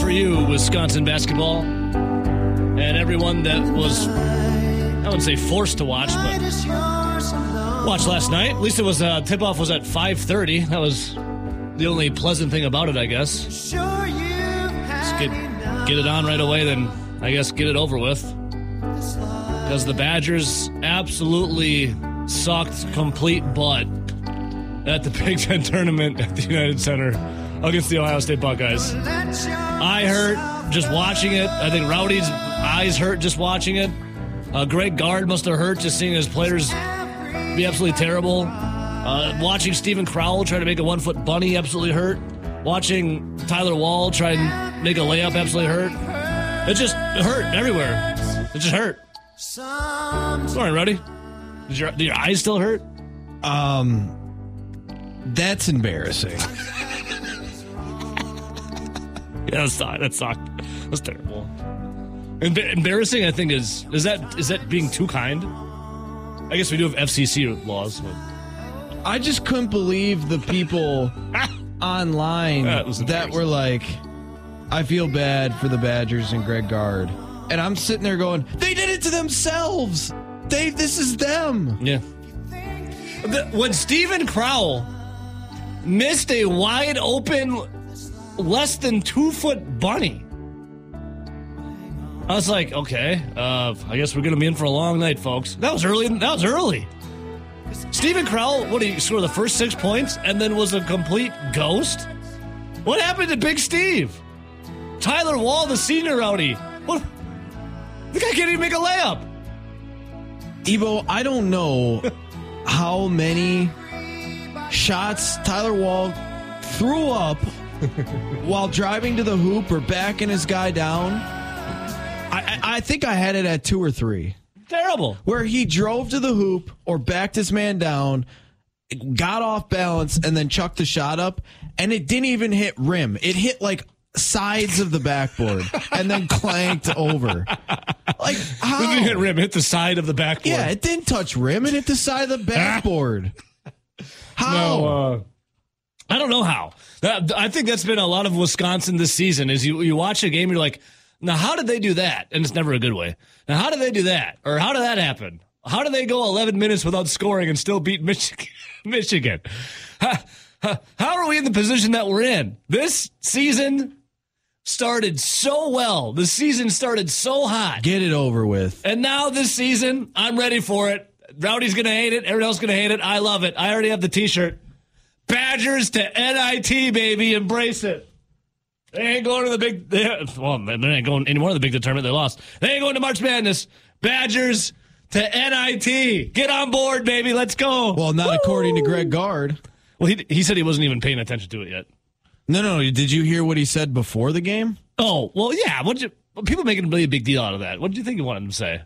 for you, Wisconsin basketball, and everyone that was, I wouldn't say forced to watch, but watched last night. At least it was uh, tip off was at 5:30. That was the only pleasant thing about it, I guess. Just get get it on right away, then I guess get it over with. Because the Badgers absolutely sucked complete butt at the Big Ten tournament at the United Center against the Ohio State Buckeyes. I hurt just watching it. I think Rowdy's eyes hurt just watching it. Uh, Greg Gard must have hurt just seeing his players be absolutely terrible. Uh, watching Stephen Crowell try to make a one foot bunny absolutely hurt. Watching Tyler Wall try and make a layup absolutely hurt. It just hurt everywhere. It just hurt. Sorry, Rowdy. Did your, do your eyes still hurt? Um, that's embarrassing. Yeah, that sucked. That sucked. That's terrible. Emba- embarrassing, I think, is is that is that being too kind? I guess we do have FCC laws. But I just couldn't believe the people online That that, was were like, I feel bad for the Badgers and Greg Gard. And I'm sitting there going, they did it to themselves. They, this is them. yeah, The- when Stephen Crowell missed a wide open, less than two foot bunny, I was like, okay, uh, I guess we're gonna be in for a long night, folks. That was early. That was early. Stephen Crowell, what did he score the first six points and then was a complete ghost? What happened to Big Steve? Tyler Wall, the senior rowdy. What? The guy can't even make a layup. Evo, I don't know how many shots Tyler Wall threw up while driving to the hoop or backing his guy down. I, I I think I had it at two or three. Terrible. where he drove to the hoop or backed his man down, got off balance, and then chucked the shot up, and it didn't even hit rim. It hit like sides of the backboard and then clanked over. Like how? Didn't hit rim, hit the side of the backboard. Oh. Yeah, it didn't touch rim. It hit the side of the backboard. How? No, uh, I don't know how. That, I think that's been a lot of Wisconsin this season. Is you you watch a game, you're like, now how did they do that? And it's never a good way. Now how did they do that? Or how did that happen? How did they go 11 minutes without scoring and still beat Michigan? Michigan. Ha- ha- How are we in the position that we're in? This season started so well. The season started so hot. Get it over with. And now this season, I'm ready for it. Rowdy's gonna hate it. Everyone else gonna hate it. I love it. I already have the T-shirt. Badgers to NIT, baby. Embrace it. They ain't going to the big. They, well, they ain't going anymore to the big tournament. They lost. They ain't going to March Madness. Badgers to NIT. Get on board, baby. Let's go. Well, not according to Woo! Greg Gard. Well, he he said he wasn't even paying attention to it yet. No, no. Did you hear what he said before the game? Oh well, yeah. What you? People making a really big deal out of that. What do you think you wanted him to say?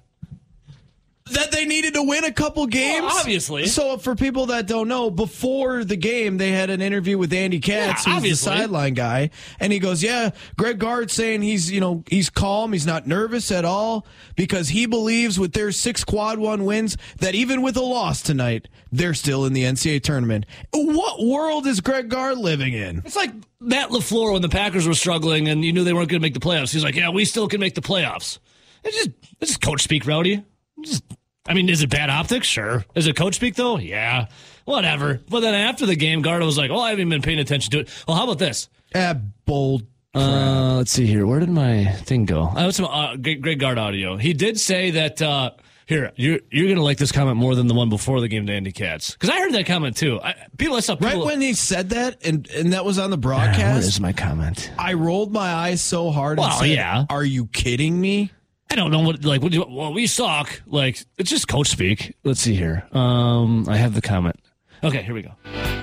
that they needed to win a couple games. Well, obviously. So for people that don't know, before the game, they had an interview with Andy Katz, Yeah, who's the obviously. sideline guy, and he goes, "Yeah, Greg Gard saying he's you know he's calm, he's not nervous at all because he believes with their six quad one wins that even with a loss tonight, they're still in the NCAA tournament." What world is Greg Gard living in? It's like Matt LaFleur when the Packers were struggling and you knew they weren't going to make the playoffs. He's like, yeah, we still can make the playoffs. It's just, it's just coach speak, Rowdy. It's just- I mean, is it bad optics? Sure. Is it coach speak, though? Yeah. Whatever. But then after the game, Gardo was like, oh, I haven't even been paying attention to it. Well, how about this? Ah, bold. Uh, let's see here. Where did my thing go? I have some uh, great, great guard audio. He did say that. Uh, here, you're you're gonna like this comment more than the one before the game to Andy Katz because I heard that comment too. I, people, I saw Right people, when he said that, and and that was on the Where broadcast. is my comment? I rolled my eyes so hard. and Well, said, yeah. Are you kidding me? I don't know what like what do you, well we suck. Like it's just coach speak. Let's see here. Um, I have the comment. Okay, here we go.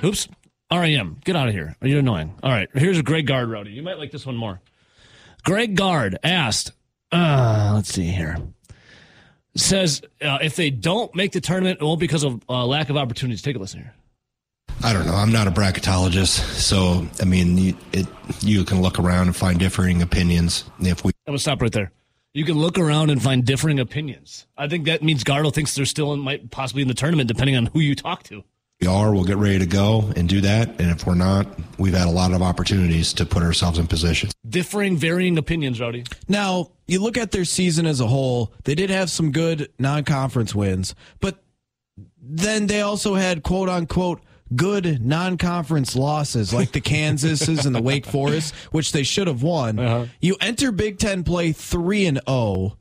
Oops. REM, get out of here. You're annoying. All right, here's a Greg Guard roadie. You might like this one more. Greg Guard asked. Uh, let's see here. Says uh, if they don't make the tournament, it won't because of uh, lack of opportunities. Take a listen here. I don't know. I'm not a bracketologist, so I mean, you, it, you can look around and find differing opinions. If we I'm gonna stop right there. You can look around and find differing opinions. I think that means Gardel thinks they're still in, might possibly in the tournament, depending on who you talk to. are, we'll get ready to go and do that. And if we're not, we've had a lot of opportunities to put ourselves in positions. Differing, varying opinions, Rowdy. Now, you look at their season as a whole, they did have some good non conference wins, but then they also had quote unquote good non conference losses like the Kansases and the Wake Forest, which they should have won. You enter Big Ten play 3 and oh. 0.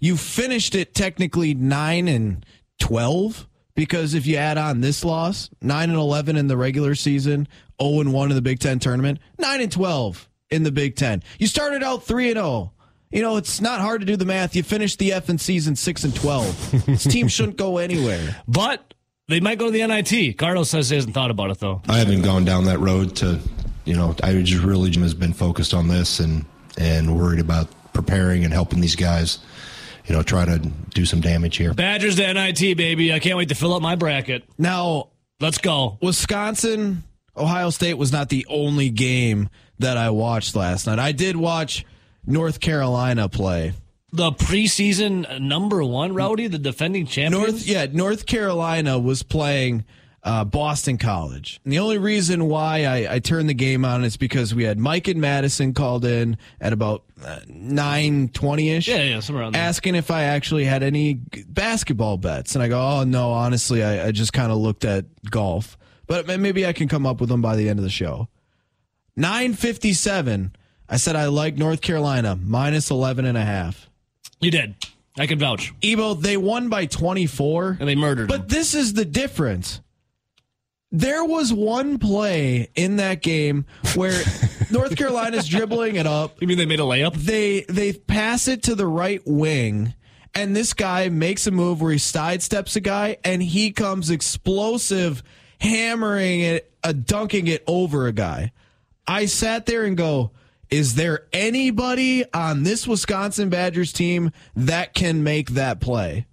You finished it technically 9 and 12 because if you add on this loss, 9 and 11 in the regular season, 0 and 1 in the Big 10 tournament, 9 and 12 in the Big 10. You started out 3 and 0. You know, it's not hard to do the math. You finished the F and season 6 and 12. This team shouldn't go anywhere. But they might go to the NIT. Carlos says he hasn't thought about it, though. I haven't gone down that road to, you know, I just really has been focused on this and and worried about preparing and helping these guys, you know, try to do some damage here. Badgers to NIT, baby. I can't wait to fill up my bracket. Now, Let's go. Wisconsin, Ohio State was not the only game that I watched last night. I did watch North Carolina play. The preseason number one, Rowdy, the defending champion. North, yeah, North Carolina was playing uh, Boston College. And the only reason why I, I turned the game on is because we had Mike and Madison called in at about uh, nine twenty ish. Yeah, yeah, somewhere around there. asking if I actually had any g- basketball bets, and I go, "Oh no, honestly, I, I just kind of looked at golf, but ma- maybe I can come up with them by the end of the show." Nine fifty-seven. I said I like North Carolina minus 11 and a half. You did. I can vouch. Ebo, they won by 24. And they murdered him. But this is the difference. There was one play in that game where North Carolina's dribbling it up. You mean they made a layup? They they pass it to the right wing, and this guy makes a move where he sidesteps a guy, and he comes explosive, hammering it, uh, dunking it over a guy. I sat there and go, is there anybody on this Wisconsin Badgers team that can make that play?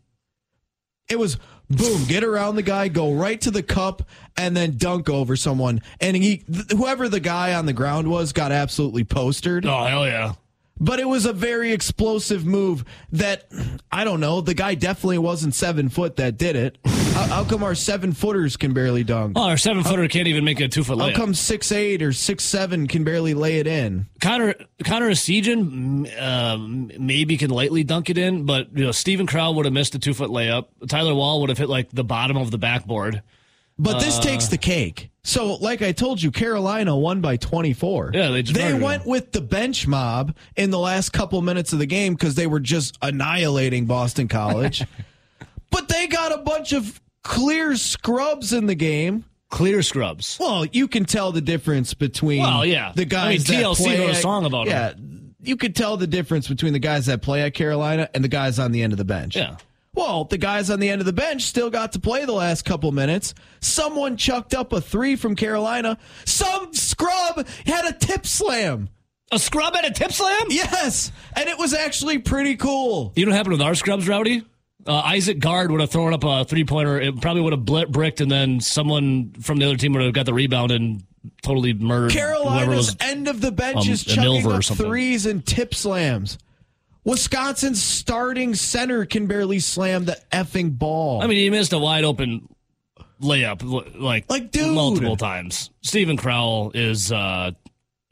It was boom, get around the guy, go right to the cup, and then dunk over someone. And he, th- whoever the guy on the ground was, got absolutely postered Oh, hell yeah. but it was a very explosive move that I don't know. The guy definitely wasn't seven foot that did it. how, how come our seven footers can barely dunk? Oh, our seven footer can't even make a two foot How layup. come six eight or six seven can barely lay it in? Connor Connor Asijan mm, um, maybe can lightly dunk it in, but you know Stephen Crowell would have missed a two foot layup. Tyler Wall would have hit like the bottom of the backboard. But this Uh. takes the cake. So, like I told you, Carolina won by 24. Yeah, they just they murdered 'em. went with the bench mob in the last couple minutes of the game because they were just annihilating Boston College. but they got a bunch of clear scrubs in the game. Clear scrubs. Well, you can tell the difference between Well, yeah. the guys I mean, that TLC play wrote a at- song about yeah, You could tell the difference between the guys that play at Carolina and the guys on the end of the bench. Yeah. Well, the guys on the end of the bench still got to play the last couple minutes. Someone chucked up a three from Carolina. Some scrub had a tip slam. A scrub at a tip slam? Yes, and it was actually pretty cool. You know what happened with our scrubs, Rowdy? Uh, Isaac Guard would have thrown up a three pointer. It probably would have bl- bricked, and then someone from the other team would have got the rebound and totally murdered whoever Carolina's was. end of the bench um, is an chucking Ilver or up something. threes and tip slams. Wisconsin's starting center can barely slam the effing ball. I mean, he missed a wide open layup l- like Like, dude. multiple times. Stephen Crowell is, uh,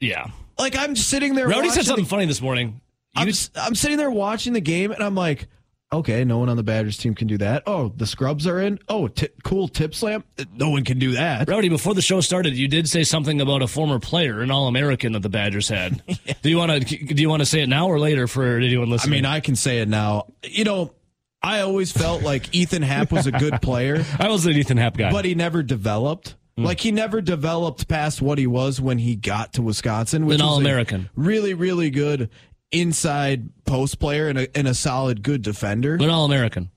yeah. like I'm sitting there. Rowdy watching said something the- funny this morning. You, I'm, s- I'm sitting there watching the game, and I'm like, okay, no one on the Badgers team can do that. Oh, the scrubs are in. Oh, ti cool tip slam. No one can do that. Rowdy, before the show started, you did say something about a former player, an All-American that the Badgers had. Do you want to do you want to say it now or later for anyone I listening? mean, uh, I can say it now. You know, I always felt like Ethan Happ was a good player. I was an Ethan Happ guy. but he never developed. Hmm. Like he never developed past what he was when he got to Wisconsin, which An was a All-American. really, really good inside post player and a, and a solid good defender. but an All-American.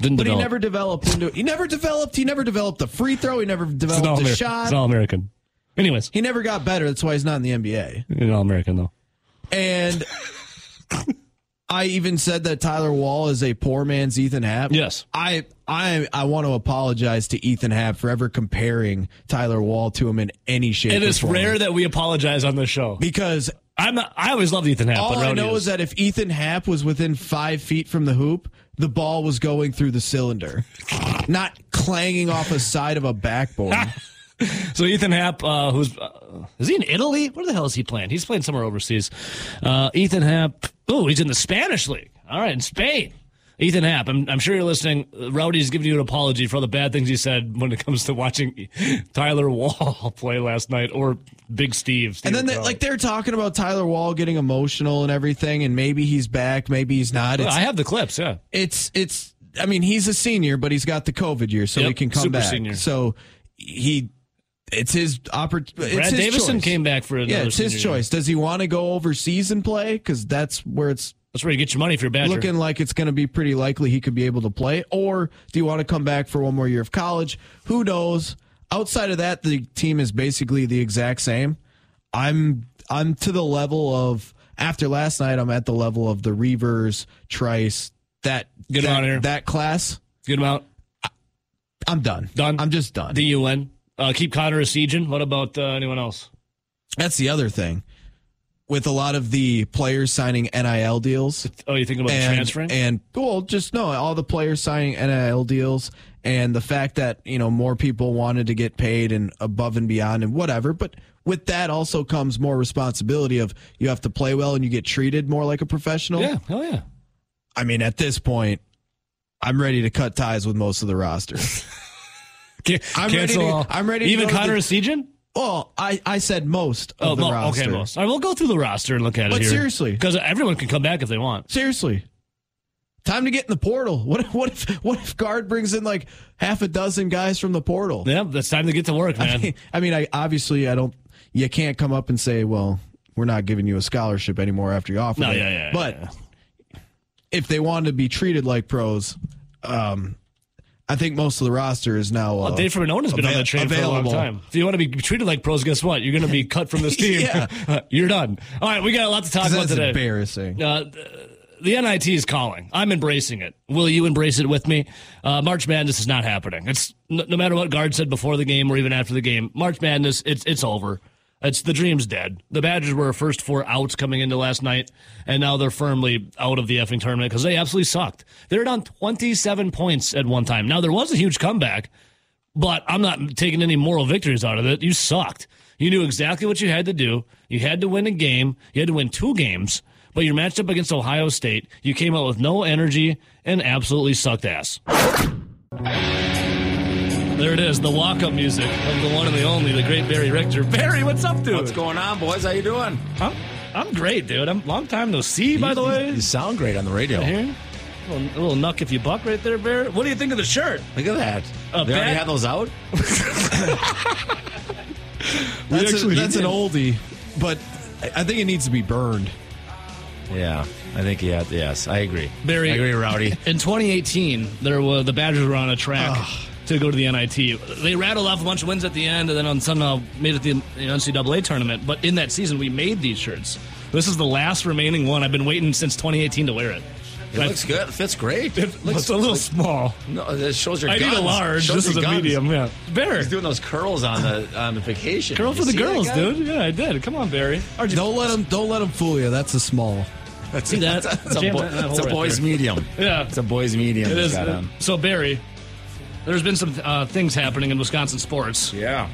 Didn't But he develop. never developed into. He never developed. He never developed a free throw. He never He's an developed a All-American. He's shot. an All-American. Anyways, he never got better. That's why he's not in the NBA. he's an All-American though. And I even said that Tyler Wall is a poor man's Ethan Happ. Yes. I I I want to apologize to Ethan Happ for ever comparing Tyler Wall to him in any shape. It or is form. rare that we apologize on this show. because I'm not, I always loved Ethan Happ. all but I Rowdy know is that if Ethan Happ was within five feet from the hoop, the ball was going through the cylinder, not clanging off a side of a backboard. So Ethan Happ, uh, who's uh, is he in Italy? Where the hell is he playing? He's playing somewhere overseas. Uh, Ethan Happ. Oh, he's in the Spanish league. All right, in Spain. Ethan Happ, I'm, I'm sure you're listening. Rowdy's giving you an apology for all the bad things he said when it comes to watching Tyler Wall play last night or Big Steve. Steve And then, they, Carell. like, they're talking about Tyler Wall getting emotional and everything, and maybe he's back, maybe he's not. It's, I have the clips. Yeah, it's, it's. I mean, he's a senior, but he's got the COVID year, so Yep, he can come super back. senior. so he, it's his opportunity. Brad Davison came back for another. Yeah, it's senior his year. choice. Does he want to go overseas and play? Because that's where it's That's where you get your money if you're Badger. looking like it's going to be pretty likely he could be able to play. Or do you want to come back for one more year of college? Who knows? Outside of that, the team is basically the exact same. I'm I'm to the level of after last night. I'm at the level of the Reavers, Trice, that Get 'em that, out of here. that class. Good amount. I'm done. Done? I'm just done. The UN. Uh, keep Connor a Sejan. What about uh, anyone else? That's the other thing. With a lot of the players signing NIL deals, Oh, you thinking about and, transferring? And well, just no, all the players signing NIL deals and the fact that, you know, more people wanted to get paid and above and beyond and whatever. But with that also comes more responsibility of you have to play well and you get treated more like a professional. yeah, hell yeah. I mean, at this point, I'm ready to cut ties with most of the roster. Ca- I'm ready cancel to- all- I'm ready to Even go to Connor the- Sejan? well, I, I said most of Oh, the well, roster. okay, most. All right, we'll go through the roster and look at it But here. seriously. because everyone can come back if they want. Seriously. Time to get in the portal. What if, what if what if guard brings in like half a dozen guys from the portal? Yeah, that's time to get to work, man. I mean, I obviously I don't. You can't come up and say, "Well, we're not giving you a scholarship anymore after you offer." No, it. yeah, yeah, But yeah. if they wanted to be treated like pros, um, I think most of the roster is now. Uh, Well, Dave Vernon has been on avail- that train for a available. long time. If you want to be treated like pros, guess what? You're going to be cut from this team. Yeah. You're done. All right, we got a lot to talk about That's today. embarrassing. Uh, th- the NIT is calling. I'm embracing it. Will you embrace it with me? Uh, March Madness is not happening. It's no, no matter what guard said before the game or even after the game. March Madness, it's it's over. It's the dream's dead. The Badgers were first four outs coming into last night, and now they're firmly out of the effing tournament because they absolutely sucked. They were down 27 points at one time. Now there was a huge comeback, but I'm not taking any moral victories out of it. You sucked. You knew exactly what you had to do. You had to win a game. You had to win two games, but you're matched up against Ohio State. You came out with no energy and absolutely sucked ass. There it is, the walk-up music of the one and the only, the great Barry Richter. Barry, what's up, dude? What's going on, boys? How you doing? I'm, I'm great, dude. I'm long time no see, by the way. you sound great on the radio. Here, a little, a little knuck if you buck right there, Barry. What do you think of the shirt? Look at that. A they already bad- have those out. That's, a, actually that's an did. oldie, but I I think it needs to be burned. Yeah, I think yeah. Yes, I agree. Barry- I agree, Rowdy. In 2018, there were the Badgers were on a track to go to the NIT. They rattled off a bunch of wins at the end, and then on somehow made it to the NCAA tournament. But in that season, we made these shirts. This is the last remaining one. I've been waiting since 2018 to wear it. It looks good. It fits great. It It's a little small. No, it shows your. I need guns. a large. Shows This is your a guns. medium. Yeah, Barry, He's doing those curls on the on the vacation. girl You for the see that girls, guy? dude. Yeah, I did. Come on, Barry. Or just Don't let them. Don't let them fool you. That's a small. see that? It's a, Jam bo- that- that hole it's a right boy's there. medium. Yeah. It's a boy's medium. It he's is. got on. So Barry, there's been some uh, things happening in Wisconsin sports. Yeah.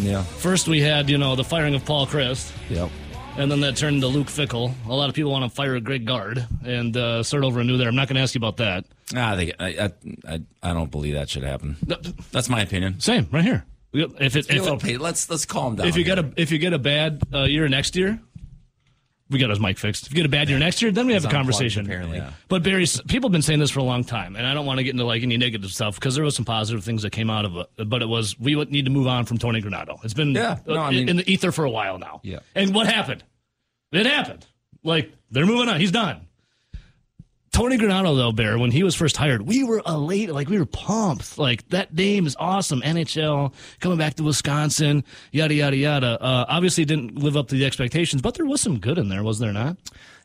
Yeah. First, we had you know the firing of Paul Christ. Yep. And then that turned into Luke Fickle. A lot of people want to fire Greg Guard and uh, start over anew there. I'm not going to ask you about that. Ah, I think I, I I I don't believe that should happen. That's my opinion. Same, right here. If it, Be a little if, pa- let's let's calm down. if you here. get a if you get a bad uh, year next year, we got his mic fixed. If you get a bad year next year, then we have a unplugged, conversation. apparently. Yeah. But Barry, s- people have been saying this for a long time, and I don't want to get into like any negative stuff because there was some positive things that came out of it. But it was we would need to move on from Tony Granado. It's been Yeah, no, uh, I in- mean- in the ether for a while now. Yeah. And what happened? It happened. Like they're moving on. He's done. Tony Granado, though, Bear, when he was first hired, we were elated. Like, we were pumped. Like, that name is awesome. NHL, coming back to Wisconsin, yada, yada, yada. Uh, obviously, didn't live up to the expectations, but there was some good in there, was there not?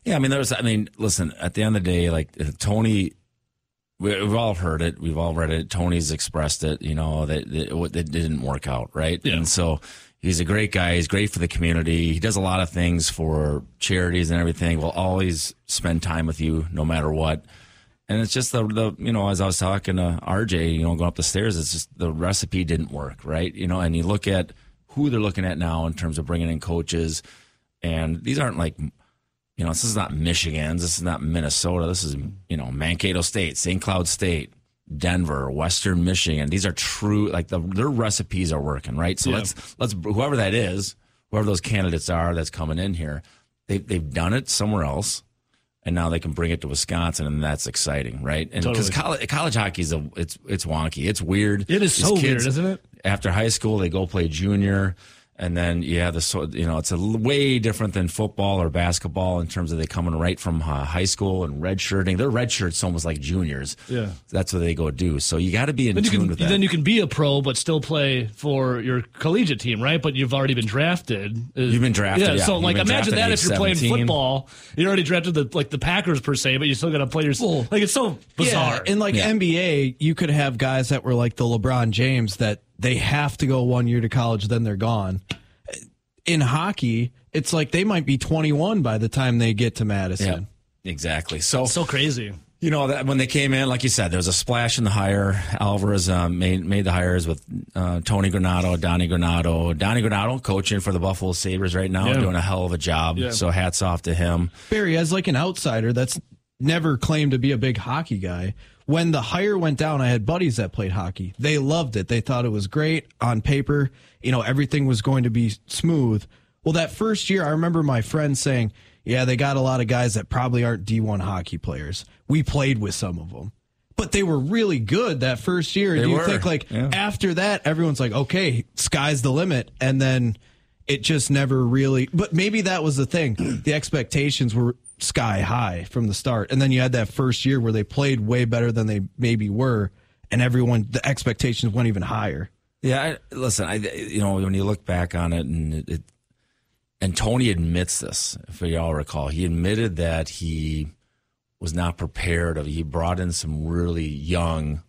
Yeah, I mean, there's. I mean, listen. At the end of the day, like uh, Tony, we, we've all heard it. We've all read it. Tony's expressed it. You know that that, what- that didn't work out, right? Yeah. And so he's a great guy. He's great for the community. He does a lot of things for charities and everything. Will always spend time with you, no matter what. And it's just the, the you know as I was talking to RJ, you know, going up the stairs, it's just the recipe didn't work, right? You know, and you look at who they're looking at now in terms of bringing in coaches, and these aren't like, you know, this is not Michigan's, this is not Minnesota, this is you know Mankato State, St. Cloud State, Denver, Western Michigan. These are true like the, their recipes are working, right? So let's let's whoever that is, whoever those candidates are that's coming in here, they they've done it somewhere else and now they can bring it to Wisconsin, and that's exciting, right? And because college, college hockey is a, it's it's wonky, it's weird. It is These so weird, isn't it? After high school, they go play junior, and then you have the so- you know it's a l- way different than football or basketball in terms of they coming right from uh, high school and redshirting. Their redshirts almost like juniors. Yeah. that's what they go do. So you got to be in Then you tune can with that. then you can be a pro, but still play for your collegiate team, right? But you've already been drafted. You've been drafted, yeah. So You've like, been imagine drafted that at if age you're playing 17. football, you're already drafted the like the Packers per se, but you still got to play your like it's so bizarre. Yeah, in like Yeah. NBA, you could have guys that were like the LeBron James that they have to go one year to college, then they're gone. In hockey, it's like they might be 21 by the time they get to yeah, Madison. exactly. So so crazy. You know that when they came in, like you said, there was a splash in the hire. Alvarez um, made made the hires with uh, Tony Granado, Donnie Granado, Donnie Granado coaching for the Buffalo Sabres right now, Yeah. doing a hell of a job. So hats off to him. Barry, as like an outsider that's never claimed to be a big hockey guy, when the hire went down, I had buddies that played hockey. They loved it. They thought it was great on paper. You know, everything was going to be smooth. Well, that first year, I remember my friend saying, Yeah, they got a lot of guys that probably aren't D1 hockey players. We played with some of them. But they were really good that first year. They Do you were, think like yeah. after that everyone's like, okay, sky's the limit, and then it just never really. But maybe that was the thing. The expectations were sky high from the start, and then you had that first year where they played way better than they maybe were, and everyone the expectations went even higher. Yeah, I, listen, I you know when you look back on it, and it, it, and Tony admits this, if you all recall, he admitted that he was not prepared. Of he brought in some really young,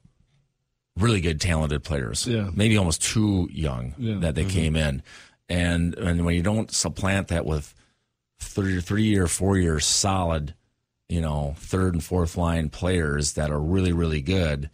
really good, talented players. Yeah. maybe almost too young that they came in, and and when you don't supplant that with three three or four year solid, you know, third and fourth line players that are really really good,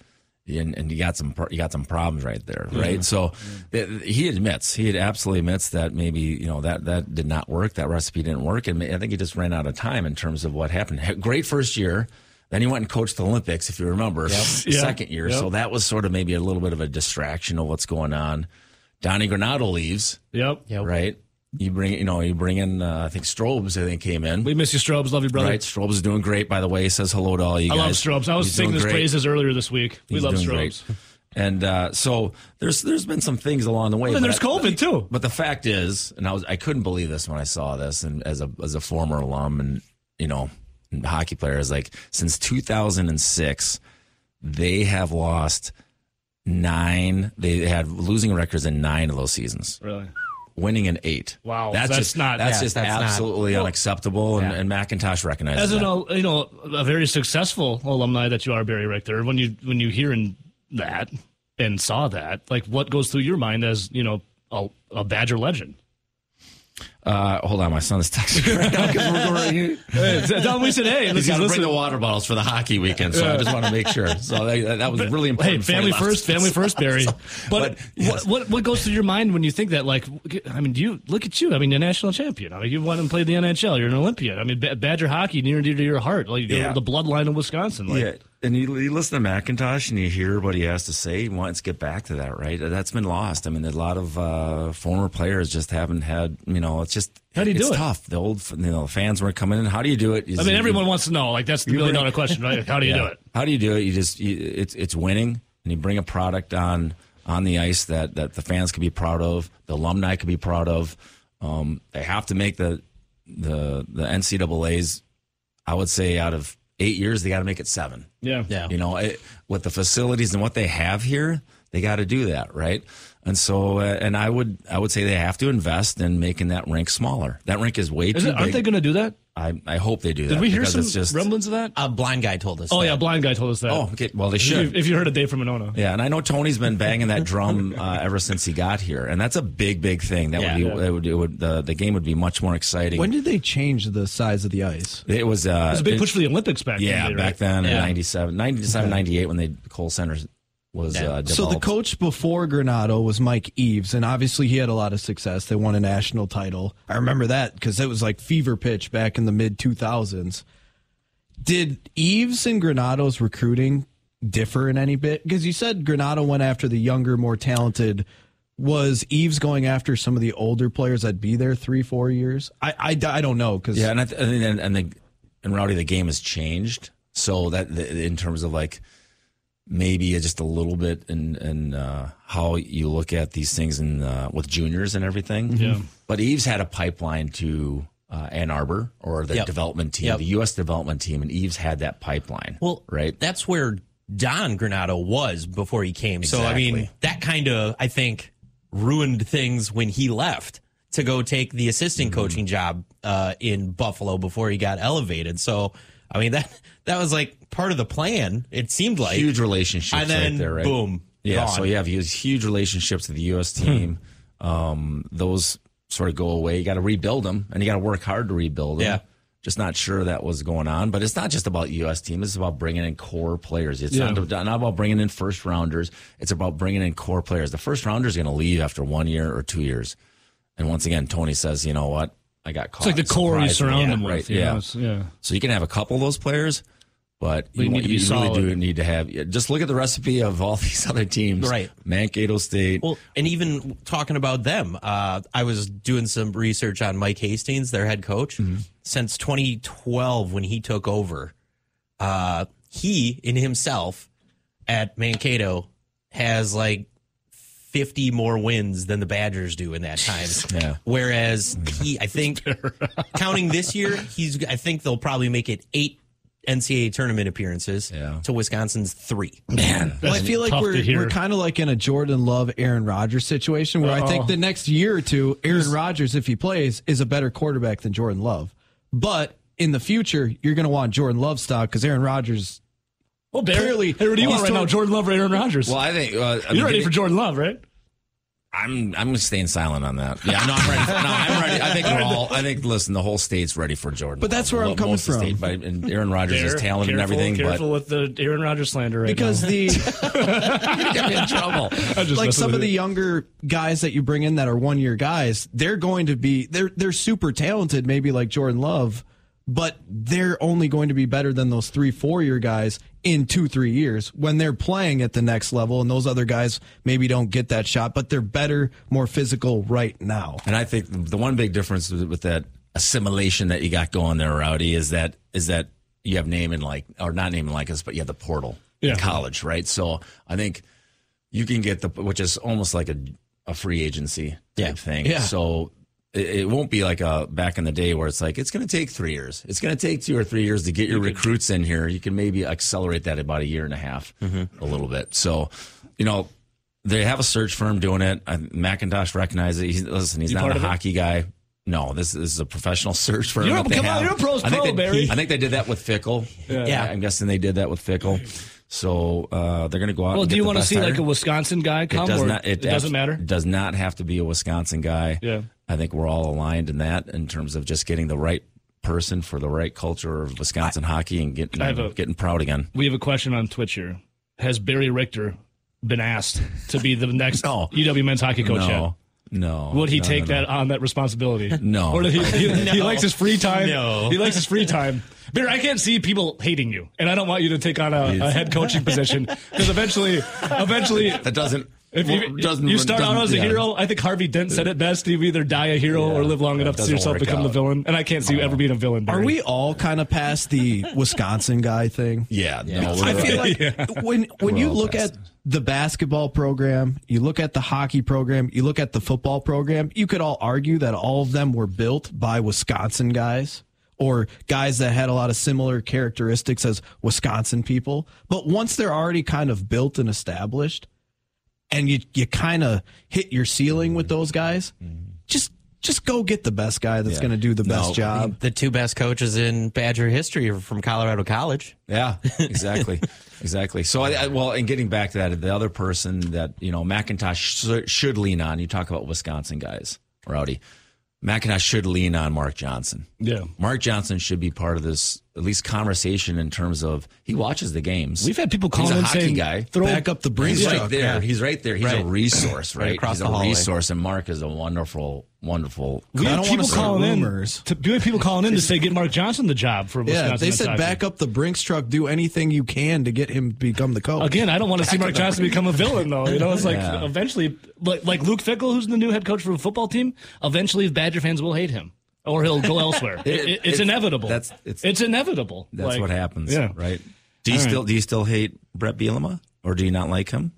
and, and you got some pro- you got some problems right there, right? So th- he admits he absolutely admits that maybe you know that that did not work, that recipe didn't work, and I think he just ran out of time in terms of what happened. Had- Great first year. Then he went and coached the Olympics, if you remember, second year. So that was sort of maybe a little bit of a distraction of what's going on. Donnie Granado leaves, Yep. Yeah. right? You bring, you know, you bring in. Uh, I think Strobes, I think came in. We miss you, Strobes. Love you, brother. Right, Strobes is doing great. By the way, says hello to all you I guys. love Strobes. I was He's singing doing his great. praises earlier this week. We He's love doing Strobes. great. And uh, so there's there's been some things along the way. And but there's I- COVID too. But the fact is, and I was I couldn't believe this when I saw this, and as a as a former alum and you know and hockey player, is like since 2006, they have lost nine. They had losing records in nine of those seasons Really. winning an eight. Wow, that's, that's just not- That's yeah, just that's not- absolutely unacceptable. And, and McIntosh recognizes As that. an al- you know a very successful alumni that you are, Barry Richter, when you when you hear in that and saw that, like what goes through your mind as you know a, a Badger legend? uh, hold on, my son is texting me right now 'cause we're going. Don, we said, hey, He's listen, got to listen. bring the water bottles for the hockey weekend, so I just want to make sure. So that, that was really Hey, important. before family he left. first, family first, Barry. But, but, what, yes. what what goes through your mind when you think that? Like, I mean, do you look at you? I mean, a national champion. I mean, you went and played the NHL. You're an Olympian. I mean, Ba- Badger hockey near and dear to your heart. Like, you're Yeah. the bloodline of Wisconsin. Like, Yeah, and you, you listen to McIntosh and you hear what he has to say. He wants to get back to that, right? That's been lost. I mean, a lot of uh, former players just haven't had. You know, it's just How do you it's do it? tough. The old, you know, fans weren't coming in. How do you do it? I mean, everyone wants to know. Like, that's the million bring- dollar question, right? How do you do it? How do you do it? You just you, it's it's winning, and you bring a product on on the ice that that the fans can be proud of, the alumni can be proud of. Um, they have to make the the the NCAA's. I would say out of eight years, they got to make it seven. Yeah, yeah. You know, it, with the facilities and what they have here, they got to do that, right? And so, uh, and I would I would say they have to invest in making that rink smaller. That rink is way Is too it, aren't big. they going to do that? I, I hope they do that. Did we hear because some it's just, rumblings of that? A blind guy told us. Oh that. yeah, blind guy told us that. Oh, okay. Well, they If you- should. If you heard of Dave from Monona. Yeah, and I know Tony's been banging that drum uh, ever since he got here, and that's a big, big thing. That Yeah. would be that would, it would the the game would be much more exciting. When did they change the size of the ice? it was, uh, It was a big push for the Olympics back in yeah, the day, back right? then in Yeah. 97, 97, 98 when the Cole Center was uh, developed. So the coach before Granado was Mike Eves, and obviously he had a lot of success. They won a national title. I remember that because it was like fever pitch back in the mid two thousands. Did Eves and Granado's recruiting differ in any bit? Because you said Granado went after the younger, more talented. Was Eves going after some of the older players that'd be there three, four years? I, I, I don't know because Yeah, and I th- and and, and, the, and Rowdy, the game has changed. So that the, in terms of like maybe just a little bit in in uh, how you look at these things and uh, with juniors and everything. Mm-hmm. Yeah. But Eves had a pipeline to uh, Ann Arbor or the Yep. development team, Yep. the U.S. development team, and Eves had that pipeline. Well, right. That's where Don Granado was before he came. So I mean, Exactly. that kind of I think ruined things when he left to go take the assistant coaching job uh, in Buffalo before he got elevated. So I mean that that was like part of the plan. It seemed like huge relationships and then right there, right? boom, Yeah, gone. so you have huge, huge relationships with the U.S. Hmm. team. um, those sort of go away. You got to rebuild them, and you got to work hard to rebuild them. Yeah. Just not sure that was going on, but it's not just about U.S. team. It's about bringing in core players. It's Yeah. not, not about bringing in first rounders. It's about bringing in core players. The first rounder is going to leave after one year or two years. And once again, Tony says, you know what? I got caught. It's like the core you Surprise surround me. them with. Right, you know, yeah. it's- yeah. So you can have a couple of those players, but But you need to be you solid. really do need to have. yeah, Just look at the recipe of all these other teams. Right. Mankato State. Well, and even talking about them, uh, I was doing some research on Mike Hastings, their head coach, Mm-hmm. since 2012 when he took over. Uh, he in himself at Mankato has like 50 more wins than the Badgers do in that time. Yeah. Mm-hmm. Whereas he, I think, counting this year, he's. I think they'll probably make it eight NCAA tournament appearances Yeah. to Wisconsin's three. man. Well, I feel like tough to we're hear. we're kind of like in a Jordan Love, Aaron Rodgers situation where I think the next year or two, Aaron Rodgers, if he plays, is a better quarterback than Jordan Love. But in the future, you're going to want Jordan Love stock because Aaron Rodgers. Well, Barry, Clearly- hey, what do you want he's right now? still- Jordan Love or Aaron Rodgers? Well, I think uh, I mean, You're ready getting- for Jordan Love, right? I'm I'm staying silent on that. Yeah, no, I'm ready. For, no, I'm ready. I think we're all. I think listen, the whole state's ready for Jordan. But that's Love. where I'm Most coming of the State, from. but, and Aaron Rodgers is careful, talented and everything, Careful with the Aaron Rodgers slander right Because the but you get me in now. trouble. Because like some of the younger guys that you bring in that are one year guys, they're going to be they're they're super talented, maybe like Jordan Love, but they're only going to be better than those three four year guys in two three years when they're playing at the next level, and those other guys maybe don't get that shot, but they're better, more physical right now. And I think the one big difference with, with that assimilation that you got going there, Rowdy, is that is that you have name and like or not name and like us, but you have the portal Yeah. in college, right? So I think you can get the which is almost like a a free agency type Yeah. thing. Yeah. So it, it won't be like a back in the day where it's like it's going to take three years. It's going to take two or three years to get your recruits in here. You can maybe accelerate that about a year and a half, Mm-hmm. a little bit. So you know. They have a search firm doing it. Uh, McIntosh recognizes it. He's, listen, he's not part a of it? hockey guy. No, this, this is a professional search firm. You're- that they come on, have. you're a pro's I think pro, they, Barry. I think they did that with Fickle. Yeah. I'm guessing they did that with Fickle. So uh, they're going to go out. well, and do get you the want to best see like hire. a Wisconsin guy come? It does or not. it, It, doesn't matter. Does not have to be a Wisconsin guy. Yeah. I think we're all aligned in that in terms of just getting the right person for the right culture of Wisconsin hockey and getting I have a- getting proud again. We have a question on Twitch here. Has Barry Richter been asked to be the next No. UW men's hockey coach? yet? no, no. Would he no, take no, no. that on that responsibility? No. Or did he, he, he No. likes his free time. No. He likes his free time. Beer, I can't see people hating you, and I don't want you to take on a, a head coaching position because eventually, eventually, That doesn't. if you, doesn't you start doesn't- out as a yeah. hero, I think Harvey Dent said it best: you either die a hero or live long that enough to see doesn't yourself work become the out. villain. And I can't see you ever being a villain. Are Barry. we all kind of past the Wisconsin guy thing? Yeah, no. I feel like like when when We're you all look past at the basketball program, you look at the hockey program, you look at the football program, you could all argue that all of them were built by Wisconsin guys or guys that had a lot of similar characteristics as Wisconsin people. But once they're already kind of built and established and you you kind of hit your ceiling with those guys, just just go get the best guy that's Mm-hmm. Yeah. going to do the best No. job. The two best coaches in Badger history are from Colorado College. Yeah, exactly, exactly. So, I, I, well, and getting back to that, the other person that you know McIntosh sh- should lean on. You talk about Wisconsin guys, Rowdy. McIntosh should lean on Mark Johnson. Yeah. Mark Johnson should be part of this at least conversation in terms of he watches the games. We've had people call He's a in hockey saying, guy. throw Back up the breeze He's truck, right there. yeah. He's right there. He's Right. a resource, Right right? across He's the a hallway. resource, and Mark is a wonderful, wonderful. We I had don't people wanna say calling rumors. in. To, we had people calling in to say get Mark Johnson the job for Wisconsin. Yeah, they said Nebraska. back up the Brinks truck. Do anything you can to get him to become the coach. Again, I don't want to see Mark Johnson become a villain, though. You know, it's like Yeah. eventually, like, like Luke Fickle, who's the new head coach for the football team. Eventually, Badger fans will hate him, or he'll go elsewhere. It- it- it's, it's- inevitable. that's- it's- inevitable. That's Like, what happens, Yeah, right? Do you still do you still hate Brett Bielema, or do you not like him?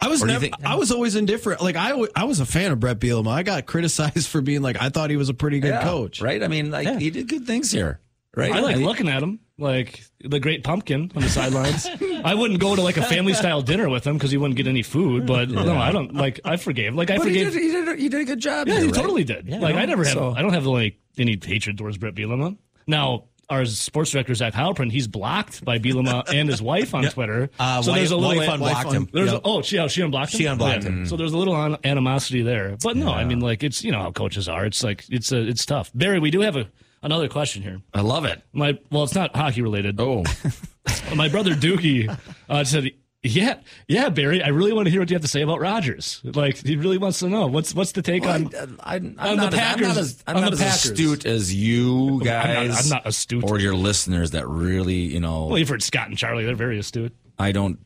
I was Or do you never, think- I was always indifferent. Like I, wa- I was a fan of Brett Bielema. I got criticized for being like I thought he was a pretty good Yeah, coach. right? I mean, like he did good things here, right? I like mean, looking at him, like the Great Pumpkin on the sidelines. I wouldn't go to like a family style dinner with him because he wouldn't get any food. But no, I don't like. I forgave. Like I But he forgave. did, he, did, he did a good job. Yeah, here, he right? totally did. like I never have. so- I don't have like any hatred towards Brett Bielema. Now our sports director Zach Halprin, he's blocked by Bielema and his wife on Twitter. Uh, wife- wife unblocked wife him. There's Yep. oh she oh, she unblocked him She unblocked him. so there's a little on, animosity there but no I mean like it's you know how coaches are it's like it's a, it's tough Barry we do have a another question here I love it. my well it's not hockey related Oh, my brother Doogie uh, said, "Yeah, yeah, Barry, I really want to hear what you have to say about Rogers. Like, he really wants to know what's what's the take I, on." am um, on the not, as- I'm Packers- not as, I'm on not the as Packers. astute as you guys. I'm not astute. or your listeners that really, you know, Well, you've heard Scott and Charlie; they're very astute. I don't,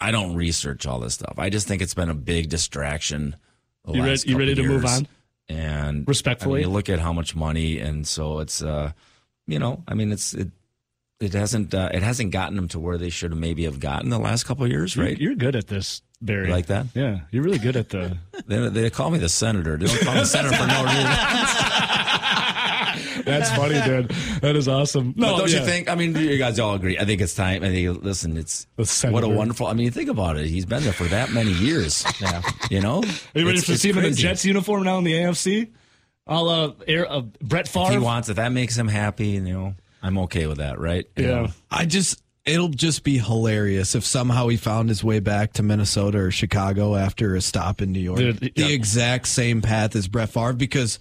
I don't research all this stuff. I just think it's been a big distraction. the You last ready- you couple ready to move years. on? And I mean, Respectfully? you look at how much money, and so it's, uh, you know, I mean, it's it, it hasn't uh, it hasn't gotten them to where they should maybe have gotten the last couple of years, right? You're good at this, Barry. You like that? Yeah, you're really good at the. They, they call me the senator. They don't call me senator for no reason. That's funny, dude. That is awesome. No, But don't Oh, yeah. you think? I mean, you guys all agree. I think it's time. I think, listen, it's The what a senator. wonderful. I mean, think about it. He's been there for that many years. yeah, you know. Are you ready It's- to it's see him in a crazy. Jets uniform now in the AFC? A la Air, uh, Brett Favre. He wants it. That makes him happy. You know, I'm okay with that, right? You yeah. know? I just it'll just be hilarious if somehow he found his way back to Minnesota or Chicago after a stop in New York. Dude, the yeah. exact same path as Brett Favre because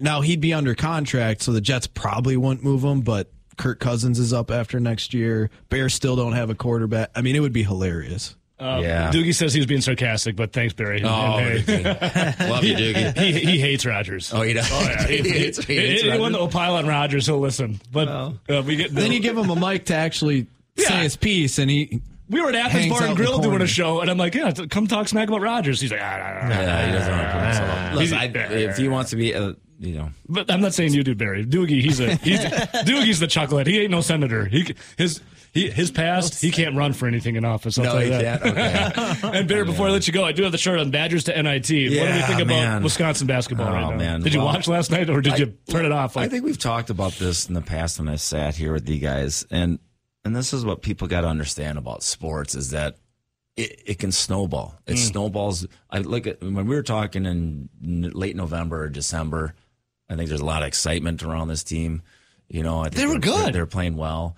now he'd be under contract, so the Jets probably wouldn't move him, but Kirk Cousins is up after next year. Bears still don't have a quarterback. I mean, it would be hilarious. yeah. Uh, Doogie says he was being sarcastic, but thanks, Barry. Oh, And, hey, love you, Doogie. he, he hates Rogers. Oh, he does. He- He he- hates- he hates anyone Rodgers. that will pile on Rogers, he'll listen. But uh, we get Then you give him a mic to actually say his piece, and he we were at Athens hangs Bar out and in the Grill doing corner. a show, and I'm like, yeah, t- come talk smack about Rogers. He's like, ah, nah, nah, nah. Yeah, he doesn't want to put himself up. Listen, I, if he wants to be, uh, you know, but I'm not saying you do, Barry. Doogie, he's a he's, Doogie's the chucklehead. He ain't no senator. He c- his. He, his past, he can't run for anything in office. I'll tell you that. Okay. And Barry, before I let you go, I do have the shirt on Badgers to NIT. what do we Yeah, think about man. Wisconsin basketball Oh, right now? man. Did you Well, watch last night or did you turn it off? Like, I think we've talked about this in the past when I sat here with you guys, and and this is what people got to understand about sports is that it, it can snowball. It Mm. snowballs. I look at when we were talking in n- late November or December. I think there's a lot of excitement around this team. You know, I think They were they're- good. They're playing well,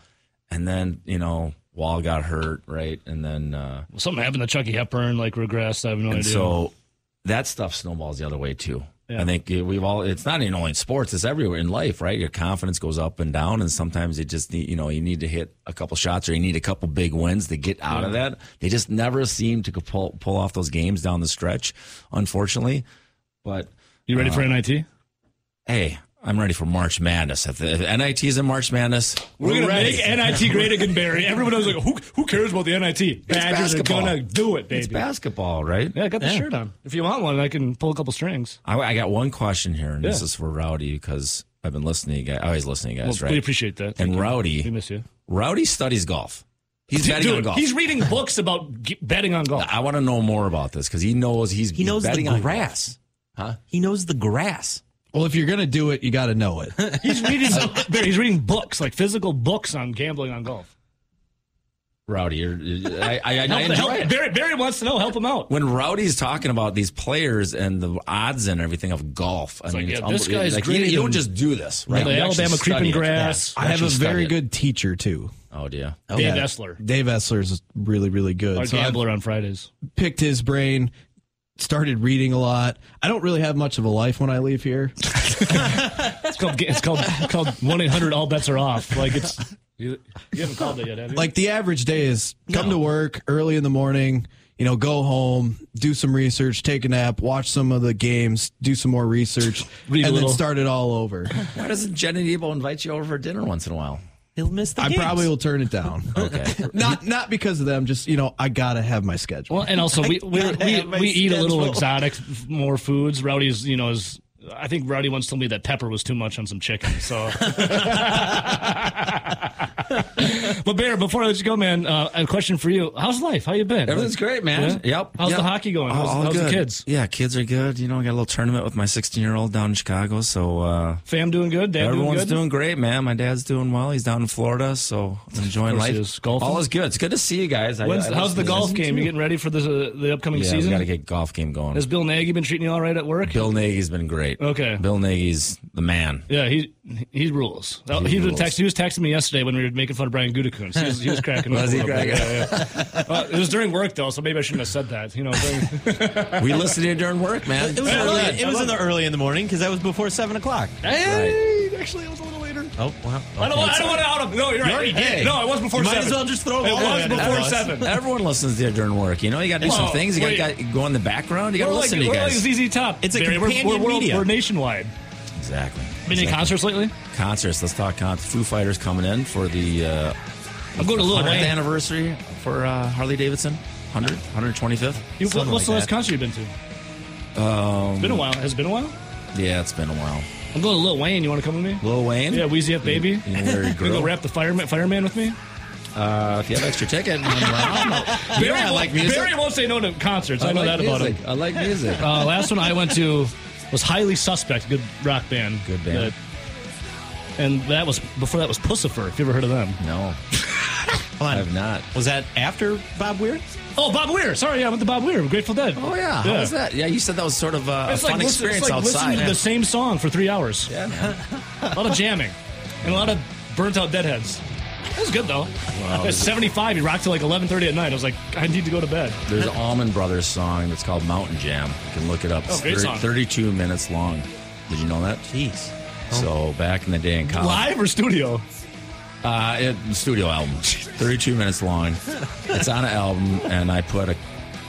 and then you know Wall got hurt, right? And then uh, something happened to Chucky Hepburn, like regressed. I have no and idea. so that stuff snowballs the other way too. I think we've all. It's not even only in sports; it's everywhere in life, right? Your confidence goes up and down, and sometimes you just need, you know, you need to hit a couple shots or you need a couple big wins to get out of that. They just never seem to pull pull off those games down the stretch, unfortunately. But you ready uh, for NIT? hey, I'm ready for March Madness. If the if NIT is in March Madness, We're gonna ready. make NIT great again, Barry. Everyone was like, "Who who cares about the NIT?" Badgers are basketball. gonna do it, baby. It's basketball, right? yeah, I got the shirt on. If you want one, I can pull a couple strings. I, I got one question here, and this Yeah. is for Rowdy because I've been listening to you guys. I always listen to you Well, guys, We right? appreciate that. Thank And you. Rowdy, we miss you. Rowdy studies golf. He's betting on Dude, golf. he's reading books about g- betting on golf. I want to know more about this because he knows he's He knows the betting on grass. Huh? He knows the grass. well, if you're gonna do it, you got to know it. He's reading Barry, he's reading books like physical books on gambling on golf. golf. Rowdy, you're, I, I, I Help, enjoy help, it. Barry, Barry wants to know. Help him out. when Rowdy's talking about these players and the odds and everything of golf, I mean, like, it's yeah, this unbelievable. guy's like, you, great you don't and- just do this, right? Yeah, the You actually Alabama creeping study it. grass. Yeah. I have a Actually study very it. good teacher too. Oh dear. Dave Essler, Dave Essler is really, really our good. So I've gambler on Fridays. picked his brain, started reading a lot. I don't really have much of a life when I leave here. It's called it's called called one eight hundred. All bets are off. Like it's you, you haven't called it yet, have you? Like the average day is come to work early in the morning, you know, go home, do some research, take a nap, watch some of the games, do some more research, Read a and then little. start it all over. Why doesn't Jenny Nebo invite you over for dinner once in a while? He'll miss the I games. probably will turn it down. Okay. Not not because of them, just you know, I gotta have my schedule. Well, and also we we, we, have my we eat a little schedule. exotic, f- more foods. Rowdy's, you know, is I think Rowdy once told me that pepper was too much on some chicken. So, but Bear, before I let you go, man, uh, a question for you: How's life? How you been? Everything's great, man. Yeah? Yep. How's yep. the hockey going? How's, All how's the good. kids? Yeah, kids are good. You know, I got a little tournament with my 16 year old down in Chicago. So uh, Fam doing good. Dad everyone's doing good. doing great, man. My dad's doing well. He's down in Florida, so I'm enjoying course he life. is. Golfing? All is good. It's good to see you guys. I- When's- I- how's the I- golf game? You getting ready for this, uh, the upcoming Yeah, we season? got to get golf game going. Has Bill Nagy been treating you all right at work? Bill Nagy's been great. Okay. Bill Nagy's the man. Yeah, he he rules. He, was rules. Text, he was texting me yesterday when we were making fun of Brian Gutekunst. He was, he was cracking up. Was a he little bit. cracking Yeah, yeah. Uh, it was during work though, so maybe I shouldn't have said that. You know, during- We listened to you during work, man. It was, early, it was in the early in the morning because that was before seven o'clock. hey, actually, it was a little later. Oh wow! I don't, want, I don't want to out him. No, you're right. already did. No, it was before You might seven. as well just throw it a ball was at before us. seven. Everyone listens to you during work. You know, you got to do Whoa, some things. You got wait. to go in the background. You got We're to like, listen we're to you like guys. ZZ Top. It's a Barry. We're- companion we're, we're, media. We're nationwide. Exactly. Been to any Exactly. concerts lately? concerts. Let's talk concerts. Foo Fighters coming in for the uh, I'm going to Lil 100th Wayne. anniversary for uh, Harley Davidson. 100th, 125th. You- What's Something like the last that. concert you've been to? Um, it's been a while. Has it been a while? Yeah, it's been a while. I'm going to Lil Wayne. You want to come with me? Lil Wayne. Yeah, Wheezy F Baby. You know where you You grew. go wrap the fireman, fireman with me? Uh, if you have extra ticket, and I'm around, you know, Barry, I won't, like music. Barry won't say no to concerts. I, know like that about music. him. I like music. Uh, last one I went to was Highly Suspect, good rock band. Good band. That- and that was before that was Pussifer. If you ever heard of them? no, Hold on. I have not. Was that after Bob Weir? Oh, Bob Weir. Sorry, yeah, I went to Bob Weir. Grateful Dead. Oh yeah, how was that? Yeah, you said that was sort of uh, a It's fun like, listen- experience it's like outside. listening to the same song for three hours. yeah, man. A lot of jamming and a lot of burnt out deadheads. It was good though. At 75, he rocked till like 11:30 at night. I was like, I need to go to bed. There's an Almond Brothers song that's called Mountain Jam. You can look it up. It's Oh, great song. 32 minutes long. Did you know that? Jeez. So back in the day in college, Live or studio? Uh, it, studio album, 32 minutes long. It's on an album, and I put a,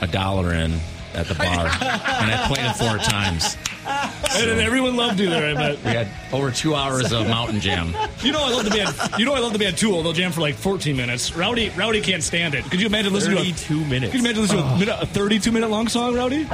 a dollar in at the bar, and I played it four times. And then everyone loved you there. I bet. We had over two hours of Mountain Jam. You know I love the band. You know I love the band Tool. They'll jam for like 14 minutes. Rowdy, Rowdy can't stand it. Could you imagine listening to a, Could minutes. you imagine listening to a, minute, a 32 minute long song, Rowdy?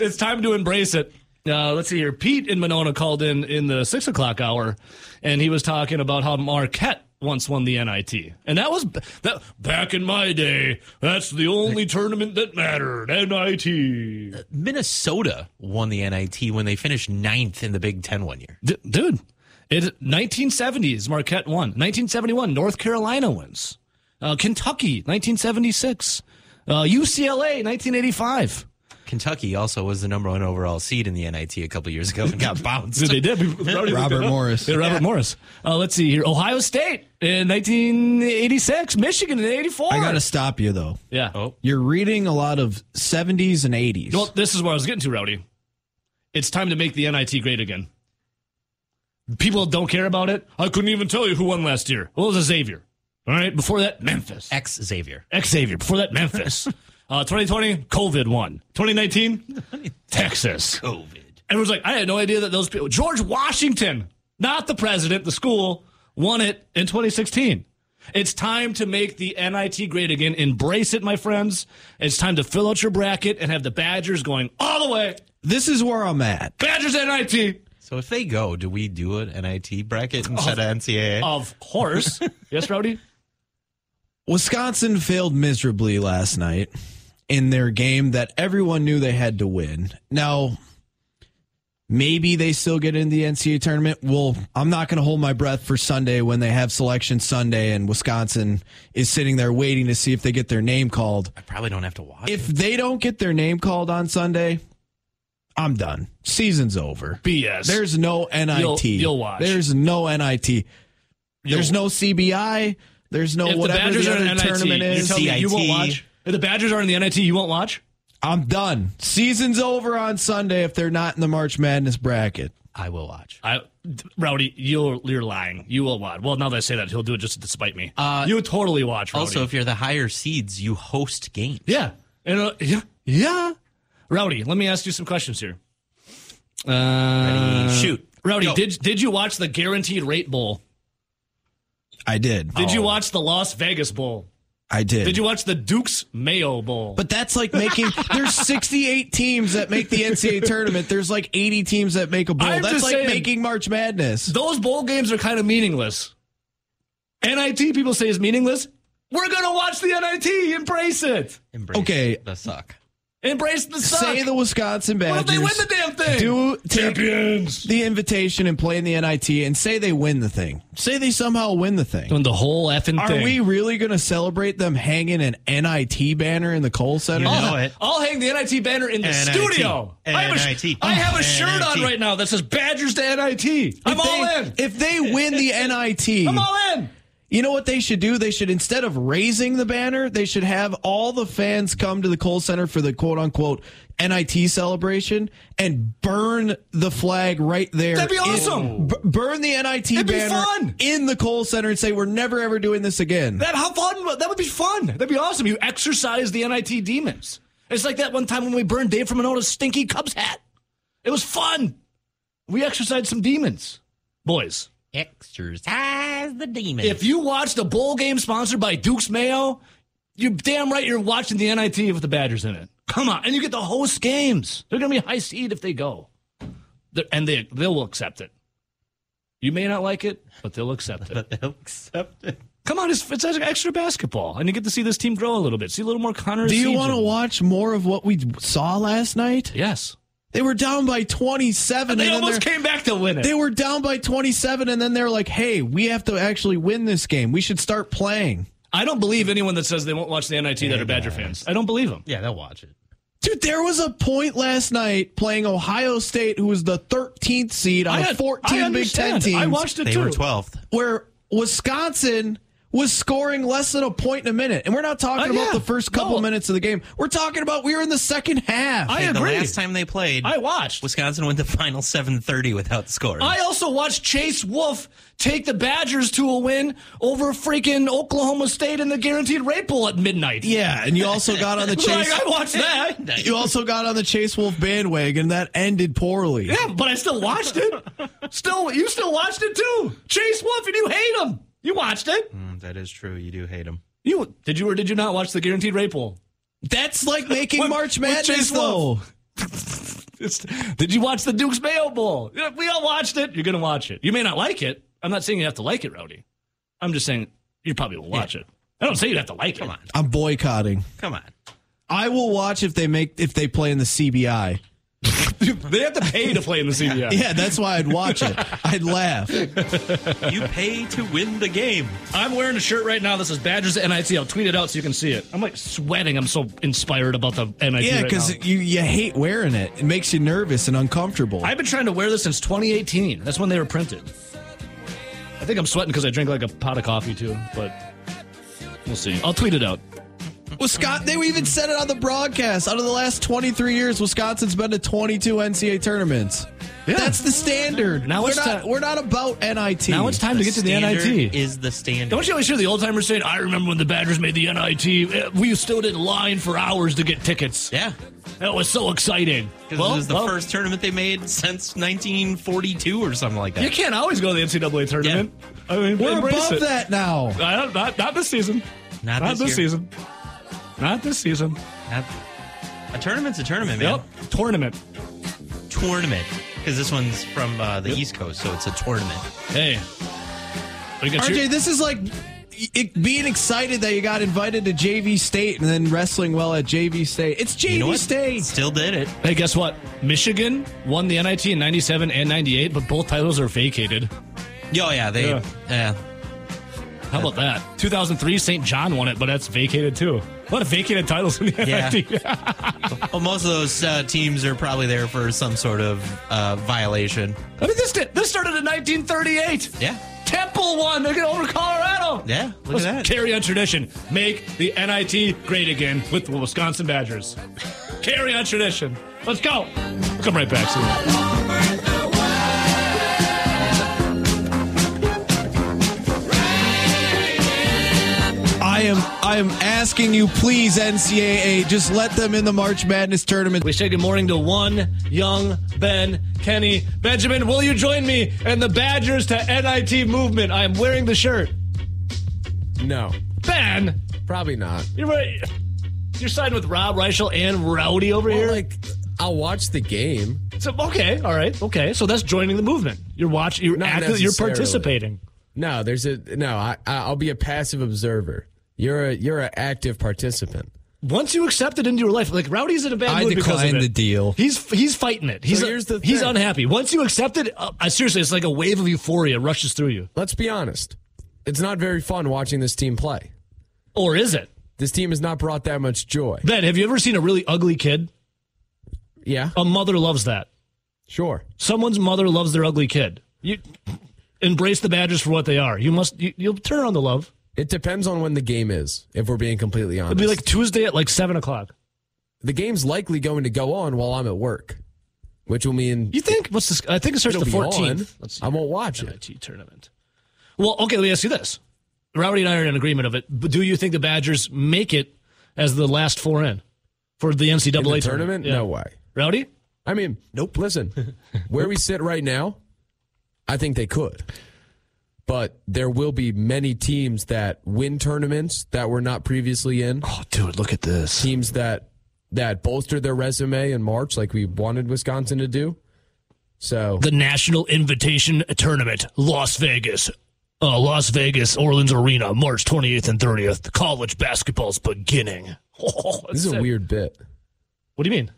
It's time to embrace it. Uh, let's see here. Pete in Monona called in in the six o'clock hour, and he was talking about how Marquette once won the NIT, and that was b- that back in my day. That's the only tournament that mattered. NIT. Minnesota won the NIT when they finished ninth in the Big Ten one year. D- dude, it 1970s Marquette won. 1971 North Carolina wins. Uh, Kentucky 1976. Uh, UCLA 1985. Kentucky also was the number one overall seed in the NIT a couple years ago and got bounced. Dude, they did. We- already looked Robert it up. Morris. Yeah, Robert Morris. Uh, let's see here. Ohio State in 1986. Michigan in 84. I gotta stop you though. yeah. You're reading a lot of 70s and 80s. Well, this is where I was getting to, Rowdy. It's time to make the NIT great again. People don't care about it. I couldn't even tell you who won last year. Well, it was Xavier. All right. Before that, Memphis. Ex Xavier. Xavier. Before that, Memphis. Uh, 2020, COVID won. 2019, Texas. COVID. Everyone's like, I had no idea that those people. George Washington, not the president, the school, won it in 2016. It's time to make the NIT great again. Embrace it, my friends. It's time to fill out your bracket and have the Badgers going all the way. this is where I'm at. Badgers NIT, So if they go, do we do an NIT bracket instead of NCAA? of course. yes, Rowdy? Wisconsin failed miserably last night in their game that everyone knew they had to win. Now, Maybe they still get in the NCAA tournament. Well, I'm not going to hold my breath for Sunday when they have selection Sunday and Wisconsin is sitting there waiting to see if they get their name called. I probably don't have to watch. If they don't get their name called on Sunday, I'm done. Season's over. BS. There's no NIT. You'll- you'll watch. There's no NIT. There's no CBI. There's no if the whatever the, Badgers are other in NIT, tournament you're is. telling me you won't CIT. watch. If the Badgers are in the NIT, you won't watch. I'm done. Season's over on Sunday if they're not in the March Madness bracket. I will watch. I, Rowdy, you're you're lying. You will watch. Well, now that I say that, he'll do it just to spite me. Uh, you totally watch. Rowdy. Also, if you're the higher seeds, you host games. yeah, and uh, yeah, Yeah. Rowdy. Let me ask you some questions here. Uh, Ready? Shoot. Rowdy, Go. did did you watch the Guaranteed Rate Bowl? I did. Did you watch the Las Vegas Bowl? I did. Did you watch the Duke's Mayo Bowl? But that's like making there's 68 teams that make the NCAA tournament. There's like 80 teams that make a bowl. I'm that's just like saying- making March Madness. those bowl games are kind of meaningless. NIT people say is meaningless. We're gonna watch the NIT. Embrace it. Embrace Okay. The suck. Embrace the suck. Say the Wisconsin what if Badgers they win the damn thing? do take champions. the invitation and play in the NIT and say they win the thing. Say they somehow win the thing. Doing the whole effing Are thing. we really going to celebrate them hanging an NIT banner in the Kohl Center? You I'll, know it. I'll hang the NIT banner in the NIT. studio. I have a, sh- NIT. I have a NIT. shirt on right now that says Badgers to NIT. I'm If all they- in. If they win the NIT, I'm all in. You know what they should do? They should instead of raising the banner, they should have all the fans come to the Kohl Center for the quote unquote NIT celebration and burn the flag right there. That'd be in- awesome. b- burn the NIT It'd be banner fun. in the Kohl Center and say we're never ever doing this again. That how fun? That would be fun. That'd be awesome. You exercise the NIT demons. It's like that one time when we burned Dave from Minota's stinky Cubs hat. It was fun. We exercised some demons, boys. Exercise the demon. If you watched a bowl game sponsored by Duke's Mayo, you're damn right you're watching the NIT with the Badgers in it. Come on, and you get to host games. They're gonna be high seed if they go, They're- and they they'll accept it. You may not like it, but they'll accept it. accept it. Come on, it's, it's extra basketball, and you get to see this team grow a little bit. See a little more Connor. Do you Seager. want to watch more of what we saw last night? Yes. They were down by 27 They and then almost they're- came back to win it. they were down by 27 and then they're like, "Hey, we have to actually win this game. We should start playing." I don't believe anyone that says they won't watch the NIT that are Badger fans. I don't believe them. Yeah, they'll watch it. Dude, there was a point last night playing Ohio State, who was the 13th seed on I, 14 I Big Ten understand. teams, I watched it They too. were 12th. where Wisconsin was scoring less than a point in a minute. And we're not talking Uh, about yeah. the first couple No. minutes of the game. We're talking about we were in the second half. I And the agree. last time they played, I watched. Wisconsin went the final 7:30 without scoring. I also watched Chase Wolf take the Badgers to a win over freaking Oklahoma State in the guaranteed rate bowl at midnight. yeah, and you also got on the Like, Chase. I watched that. you also got on the Chase Wolf bandwagon. That ended poorly. Yeah, but I still watched it. Still, you still watched it too. Chase Wolf, and you hate him. You watched it. Mm, that is true. You do hate them. You did you or did you not watch the guaranteed rate bowl? That's like making What- March what Madness, Chase though. Wolf? It's, did you watch the Duke's Mayo Bowl? Yeah, We all watched it. You're gonna watch it. You may not like it. I'm not saying you have to like it, Rowdy. I'm just saying you probably will watch it. I don't say you have to like it. Come on, I'm boycotting. come on. I will watch if they make if they play in the CBI. They have to pay to play in the CBI. Yeah, that's why I'd watch it. I'd laugh. You pay to win the game. I'm wearing a shirt right now that says Badgers NIT. I'll tweet it out so you can see it. I'm like sweating. I'm so inspired about the NIT. Yeah, right because now. you, you hate wearing it. It makes you nervous and uncomfortable. I've been trying to wear this since 2018. That's when they were printed. I think I'm sweating because I drank like a pot of coffee too, but we'll see. I'll tweet it out. Wisconsin, they even said it on the broadcast. Out of the last 23 years, Wisconsin's been to 22 NCAA tournaments. That's the standard. Now we're it's not, ti- we're not about NIT. Now it's time to get to the Standard NIT. is the standard. Don't you always hear the old timers saying, I remember when the Badgers made the NIT? eh, We stood in line for hours to get tickets. Yeah, That was so exciting. because it was the first tournament they made since 1942 or something like that. You can't always go to the NCAA tournament. I mean, We're embrace above it. that now. I don't- not, not this season. Not Not this this, year. season. Not this season. Not- a tournament's a tournament, man. Yep. Tournament. Tournament, because this one's from uh, the East Coast, so it's a tournament. Hey. We got RJ, your- this is like it, being excited that you got invited to JV State and then wrestling well at JV State. It's JV You know what? State. Still did it. Hey, guess what? Michigan won the NIT in 97 and 98, but both titles are vacated. Oh yeah, they. Yeah. Yeah. How about that? 2003, St. John won it, but that's vacated too. A lot of vacated titles in the Yeah. NIT. Well, most of those uh, teams are probably there for some sort of uh, violation. I mean, this, did, this started in 1938. Yeah. Temple won They get over Colorado. Yeah, look Let's at that. Carry on tradition. Make the NIT great again with the Wisconsin Badgers. carry on tradition. Let's go. We'll come right back. Soon. I am I am asking you, please, NCAA, just let them in the March Madness tournament. We say good morning to one young Ben Kenny Benjamin. Will you join me and the Badgers to NIT movement? I am wearing the shirt. No, Ben, probably not. you're right. You're siding with Rob Reichel and Rowdy over Well, here. like I'll watch the game. so, okay, all right, okay. So that's joining the movement. You're watching. You're Not actively, You're necessarily. participating. No, there's a no. I I- I'll be a passive observer. You're a you're an active participant. Once you accept it into your life, like Rowdy's in a bad I mood because of decline it. the deal. He's he's fighting it. He's here's the he's thing. unhappy. Once you accept it, uh, I- seriously, it's like a wave of euphoria rushes through you. Let's be honest. It's not very fun watching this team play. Or is it? This team has not brought that much joy. Ben, have you ever seen a really ugly kid? Yeah, A mother loves that. sure. someone's mother loves their ugly kid. You embrace the Badgers for what they are. You must. You, you'll turn on the love. It depends on when the game is. If we're being completely honest, It'll be like Tuesday at like seven o'clock. the game's likely going to go on while I'm at work, which will mean You think? What's this? I think it starts it'll the be on. fourteenth. I won't watch it. NIT tournament. Well, okay. Let me ask you this: Rowdy and I are in agreement of it. But do you think the Badgers make it as the last four in for the NCAA In the tournament? tournament? Yeah. No way. Rowdy, I mean, nope. Listen, where we sit right now, I think they could. But there will be many teams that win tournaments that were not previously in. oh dude, look at this. Teams that that bolster their resume in March, like we wanted Wisconsin to do. So The National Invitation Tournament, Las Vegas. Uh, Las Vegas, Orleans Arena, March 28th and 30th. College basketball's beginning. Oh, this is a weird bit. What do you mean?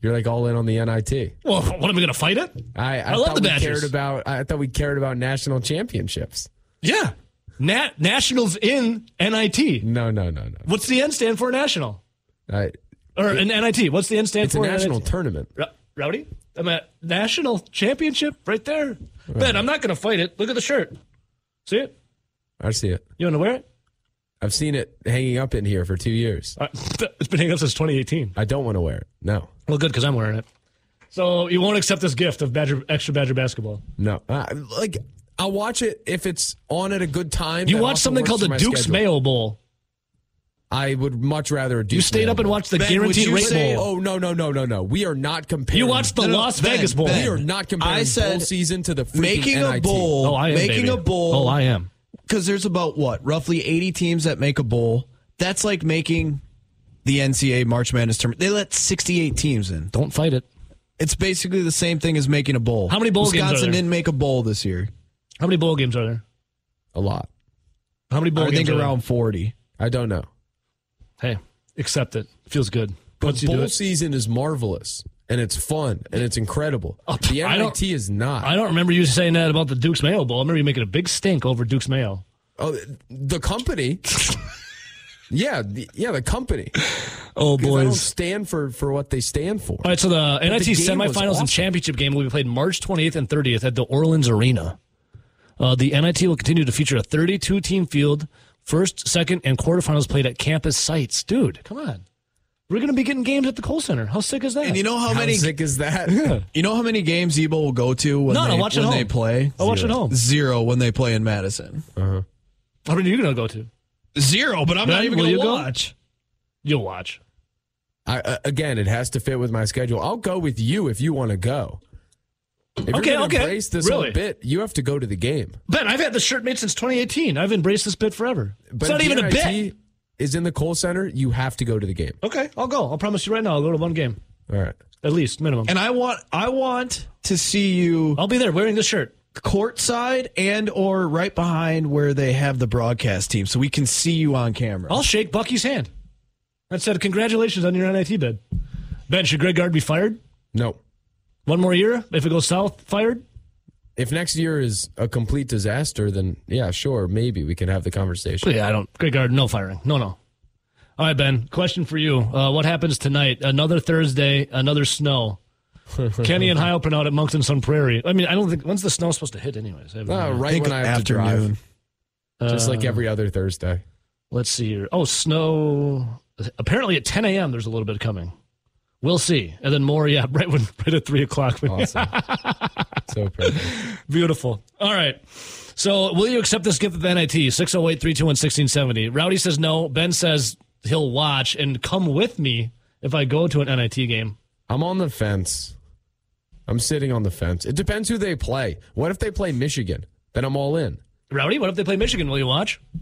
You're like all in on the NIT. Well, what am I going to fight it? I, I, love thought the we Badgers. cared about. I thought we cared about national championships. Yeah. Nat- Nationals in NIT. No, no, no, no. What's the N stand for national? I, Or an NIT. What's the N stand it's a for? national NIT? tournament. Ro- Rowdy? I'm at national championship right there. Ben, I'm not going to fight it. Look at the shirt. See it? I see it. You want to wear it? I've seen it hanging up in here for two years. Uh, it's been hanging up since 2018. I don't want to wear it. No. Well, good because I'm wearing it. So you won't accept this gift of Badger extra Badger basketball. No, uh, like I'll watch it if it's on at a good time. You that watch also something works called for the my Duke's schedule. Mayo Bowl. I would much rather a Duke's You stayed Mayo up and Bowl. watched the Ben, would Guaranteed you Rate say- Bowl. Oh no no no no no! We are not comparing. you watched the no, Las Ben, Vegas Bowl. Ben. We are not comparing I said bowl season to the freaking Making a NIT. bowl, Oh, I am making baby. a bowl. Oh, I am. because there's about what roughly 80 teams that make a bowl. That's like making the NCAA March Madness tournament. They let 68 teams in. Don't fight it. It's basically the same thing as making a bowl. How many bowl games are Wisconsin there? didn't make a bowl this year. How many bowl games are there? A lot. How many bowl I games think are there? around 40. I don't know. Hey, accept it. Feels good. But Once you do bowl it. season is marvelous and it's fun and it's incredible. Oh, the I don't- NIT is not. I don't remember you saying that about the Duke's Mayo Bowl. I remember you making a big stink over Duke's Mayo. oh, the company. yeah, the, yeah, the company. Oh, Because I don't stand for for what they stand for. All right, so the NIT game was semifinals awesome. and championship game will be played March 28th and 30th at the Orleans Arena. Uh, the NIT will continue to feature a 32 team field, first, second, and quarterfinals played at campus sites. Dude, come on. We're going to be getting games at the Cole Center. How sick is that? And you know how, How many sick is that? you know how many games Ebo will go to when No, no, they watch it when home. they play? I'll watch it home. Zero when they play in Madison. Uh-huh. How many are you going to go to? Zero, but I'm Ben, not even will going you to go? watch. You'll watch. I, uh, again, it has to fit with my schedule. I'll go with you if you want to go. If Okay, you're gonna okay. embrace this Really? whole bit, you have to go to the game. Ben, I've had this shirt made since 2018. I've embraced this bit forever. it's not if even the a bit. NIT Is in the Cole Center. You have to go to the game. Okay, I'll go. I'll promise you right now, I'll go to one game, All right. at least, minimum. And I want I want to see you I'll be there wearing this shirt. courtside and or right behind where they have the broadcast team, so we can see you on camera. I'll shake Bucky's hand. I said, congratulations on your NIT bid. Ben, should Greg Gard be fired? No. One more year? If it goes south, fired? If next year is a complete disaster, then yeah, sure, maybe we could have the conversation. Yeah, I don't. Greg Gard, no firing. No, no. All right, Ben, question for you. Uh, what happens tonight? Another Thursday, another snow. Kenny and Heil out at Moncton Sun Prairie. I mean, I don't think. When's the snow supposed to hit, anyways? I have no Uh, idea. right when I have to drive, just like every other Thursday. Let's see here. Oh, snow. Apparently at 10 a.m., there's a little bit coming. We'll see. And then more, yeah, right when right at 3 o'clock. Awesome. so perfect. Beautiful. All right. So, will you accept this gift of NIT? 608 321 1670. Rowdy says no. Ben says he'll watch and come with me if I go to an NIT game. I'm on the fence. I'm sitting on the fence. It depends who they play. What if they play Michigan? Then I'm all in. Rowdy, what if they play Michigan? Will you watch?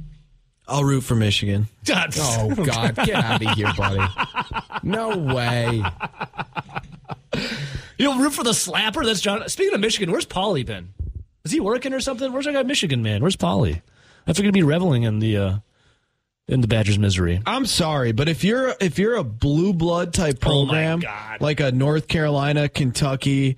I'll root for Michigan. God. Oh God, get out of here, buddy. No way. You'll root for the slapper? That's John. Speaking of Michigan, where's Polly been? Is he working or something? Where's our guy, Michigan man? Where's Polly? That's going to be reveling in the uh, in the Badgers' misery. I'm sorry, but if you're if you're a blue blood type Oh my program God. like a North Carolina, Kentucky,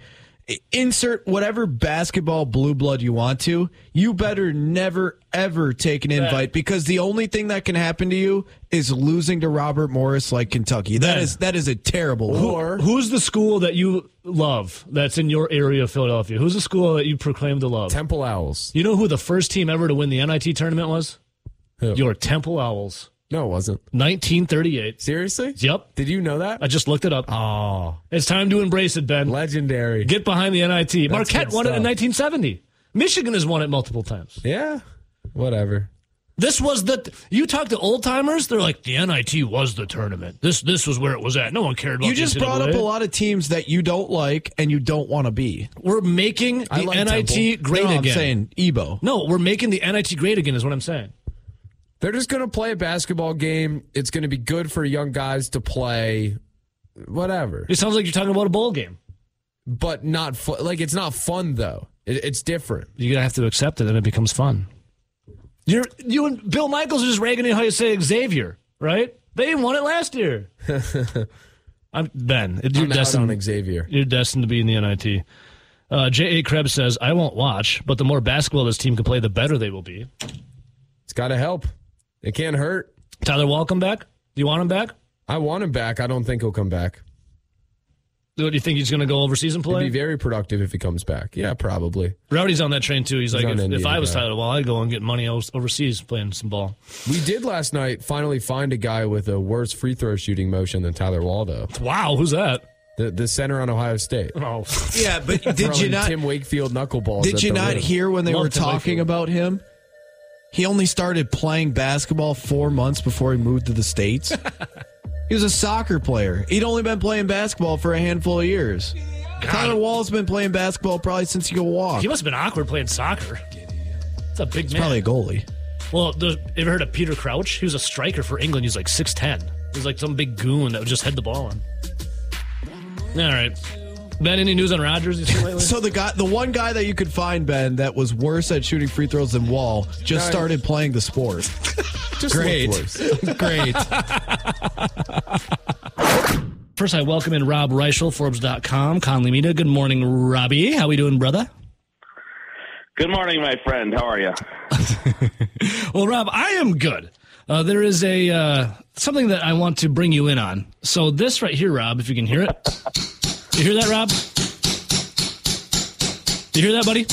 i- insert whatever basketball blue blood you want to, you better never ever take an invite because the only thing that can happen to you is losing to Robert Morris like Kentucky. That Yeah. is that is a terrible Or Who's the school that you love that's in your area of Philadelphia? Who's the school that you proclaim to love? Temple Owls. You know who the first team ever to win the NIT tournament was? Who? Your Temple Owls, No, it wasn't. 1938. Seriously? Yep, Did you know that? I just looked it up. Oh, It's time to embrace it, Ben. legendary. Get behind the NIT. Marquette good won it in stuff. 1970. Michigan has won it multiple times. Yeah. Whatever. This was the you talk to old timers, they're like the NIT was the tournament. This this was where it was at. No one cared about You just the brought up NCAA. a lot of teams that you don't like and you don't want to be. We're making the I like NIT Temple. great no, again. I'm saying Ebo. No, we're making the NIT great again is what I'm saying. They're just going to play a basketball game. It's going to be good for young guys to play. Whatever. It sounds like you're talking about a bowl game. But not fu- like it's not fun though. It, it's different. You're gonna have to accept it and it becomes fun. You're you and Bill Michaels are just ragging on how you say Xavier, right? They won it last year. I'm Ben, you're I'm out destined on Xavier. You're destined to be in the NIT. Uh, J.A. Krebs says, I won't watch, but the more basketball this team can play, the better they will be. It's got to help. It can't hurt. Tyler Walcom back? Do you want him back? I want him back. I don't think he'll come back. Do you think he's going to go overseas and He'd be play? very productive if he comes back. Yeah, probably. Rowdy's on that train, too. He's, like, on if, the if NBA I was guy. Tyler Wall, I'd go and get money o- overseas playing some ball. We did last night finally find a guy with a worse free throw shooting motion than Tyler Waldo, Wow, who's that? the, the center on Ohio State. Oh, Yeah, but did you Throwing not Tim Wakefield knuckleballs. Did at you the not rim. hear when they Love were Tim talking Wakefield. about him? He only started playing basketball four months before he moved to the States. he was a soccer player. He'd only been playing basketball for a handful of years. Tyler Wall's been playing basketball probably since he could walk. he He's must have been awkward playing soccer. It's a big man. probably a goalie. Well, the, ever heard of Peter Crouch? He was a striker for England. He was like 6'10. He was like some big goon that would just head the ball on. All right. Ben, any news on Rogers you see lately? So the guy, the one guy that you could find Ben that was worse at shooting free throws than Wall, just Nice. started playing the sport. Just Great. looked worse. Great. First, I welcome in Rob Reichel, Forbes.com, Conley Media. Good morning, Robbie. How we doing, brother? Good morning, my friend. How are you? Well, Rob, I am good. Uh, there is a uh, something that I want to bring you in on. So this right here, Rob, if you can hear it, you hear that, Rob? You hear that, buddy?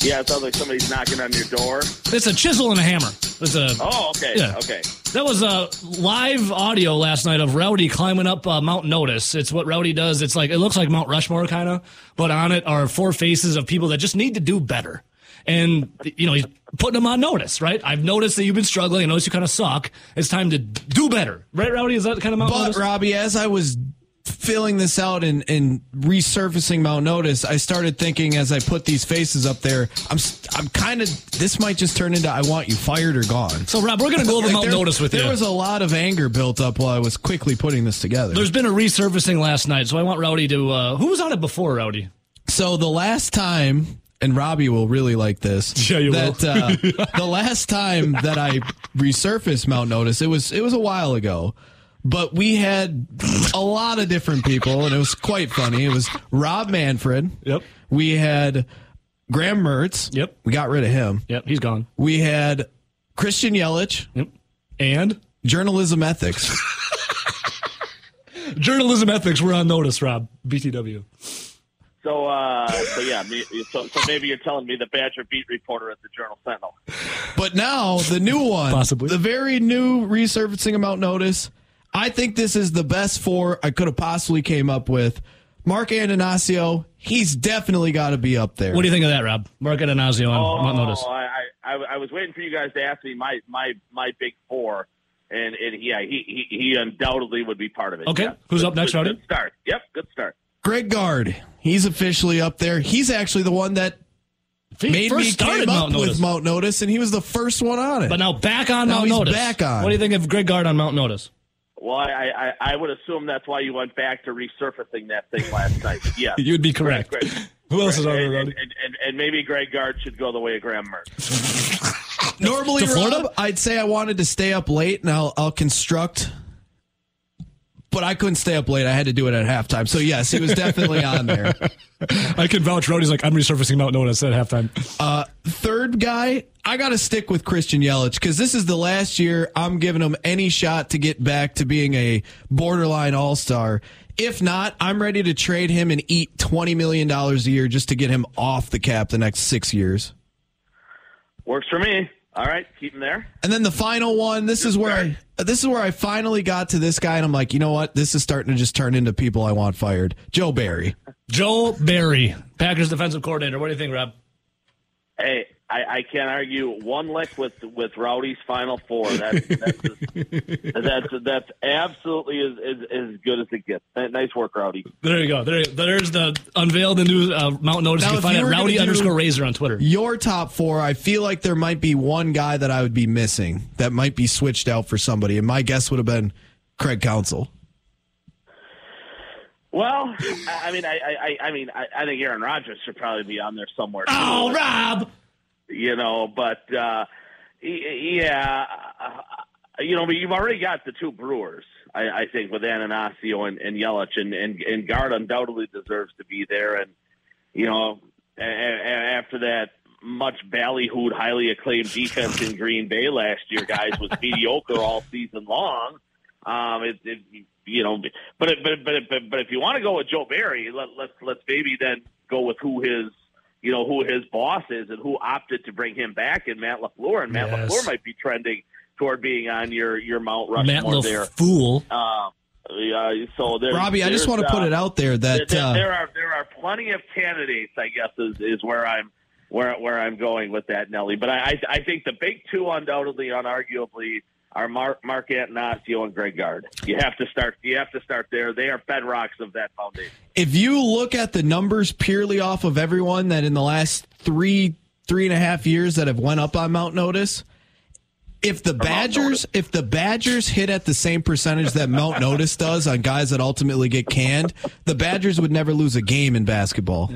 Yeah, it sounds like somebody's knocking on your door. It's a chisel and a hammer. It's a Oh, okay. Yeah. Okay. That was uh, live audio last night of Rowdy climbing up uh, Mount Notice. It's what Rowdy does. It's like it looks like Mount Rushmore kind of, but on it are four faces of people that just need to do better. And you know he's putting them on notice, right? I've noticed that you've been struggling. I noticed you kind of suck. It's time to do better, right, Rowdy? Is that kind of Mount But Notice? Robbie, as I was filling this out and, and resurfacing Mount Notice, I started thinking as I put these faces up there, I'm s- I'm kind of this might just turn into I want you fired or gone. so, Rob, we're gonna go over Like, Mount there- Notice with there you. was a lot of anger built up while I was quickly putting this together. There's been a resurfacing last night, so I want Rowdy to. Uh, who was on it before, Rowdy? so the last time and Robbie will really like this. Yeah, you that, uh, the last time that I resurfaced Mount Notice, it was it was a while ago, but we had a lot of different people, and it was quite funny. It was Rob Manfred. Yep. We had Graham Mertz. Yep. We got rid of him. Yep, he's gone. We had Christian Yelich, Yep. And journalism ethics. journalism ethics, we're on notice, Rob. BTW. So, uh, so yeah, me, so, so maybe you're telling me the Badger beat reporter at the Journal Sentinel. But now the new one, Possibly. the very new resurfacing amount notice. I think this is the best four I could have possibly came up with. Mark Ananasio, he's definitely got to be up there. What do you think of that, Rob? Mark Adonazio Oh. on Mount Notice. Oh, I, I, I- I was waiting for you guys to ask me my my my big four, and, and yeah, he, he he undoubtedly would be part of it. Okay. Yeah. Who's Good- up next, good- Rowdy? Good start. Yep, good start. Greg Gard, he's officially up there. He's actually the one that He made first me started came up Mount Notice. with Mount Notice, and he was the first one on it. but now back on Now Mount he's Notice. back on. What do you think of Greg Gard on Mount Notice? Well, I, I I- I would assume that's why you went back to resurfacing that thing last night. Yeah. You'd be correct. Greg- Who else is on and, there, and, Rowdy? and, and maybe Greg Gard should go the way of Graham Mertz. Normally, To Florida? Rob, I'd say I wanted to stay up late, and I'll, I'll construct. But I couldn't stay up late. I had to do it at halftime. So yes, he was definitely on there. I can vouch. Rowdy's like, I'm resurfacing Mount Notice at halftime. third guy, I got to stick with Christian Yelich because this is the last year I'm giving him any shot to get back to being a borderline all star. If not, I'm ready to trade him and eat $20 million a year just to get him off the cap the next six years. Works for me. All right, keep him there. And then the final one, this is where I this is where I finally got to this guy and I'm like, you know what? This is starting to just turn into people I want fired. Joe Barry. Joel Berry, Packers defensive coordinator. What do you think, Rob? Hey, I, I can't argue one lick with with Rowdy's final four. That's that's that's, that's absolutely as, as as good as it gets. Ni- Nice work, Rowdy. There you go. There, there's the unveil the new uh, Mount Notice. Now, you can if find you it at were gonna Rowdy do- underscore Razor on Twitter. Your top four, I feel like there might be one guy that I would be missing that might be switched out for somebody. And my guess would have been Craig Council. Well, I, I mean, I I, I- I mean, I, I think Aaron Rodgers should probably be on there somewhere. too. Oh, Rob. you know. But uh, y- yeah, uh, you know, but you've already got the two Brewers, I, I think, with Ananasio and, and Yelich, and, and and Guard undoubtedly deserves to be there. And you know, a- a- a- after that much ballyhooed, highly acclaimed defense in Green Bay last year, guys was mediocre all season long. Um, it, it, you know, but it, but it- but it- but but if you want to go with Joe Barry, let, let's let's maybe then go with who his you know who his boss is and who opted to bring him back, and Matt Lafleur, and Matt Yes. Lafleur might be trending toward being on your your Mount Matt Rushmore there. LaFool. Um, yeah, so there, Robbie, I just there's, want to put uh, it out there there, that there- uh, there are there are plenty of candidates. I guess is, is where I'm where where I'm going with that, Nelly. But I I, I think the big two, undoubtedly, unarguably, are Mark Mark Antanasio and Greg Gard. You have to start. You have to start there. They are bedrocks of that foundation. if you look at the numbers purely off of everyone that in the last three three and a half years that have went up on Mount Notice, if the Badgers Notice. if the Badgers hit at the same percentage that Mount Notice does on guys that ultimately get canned, the Badgers would never lose a game in basketball.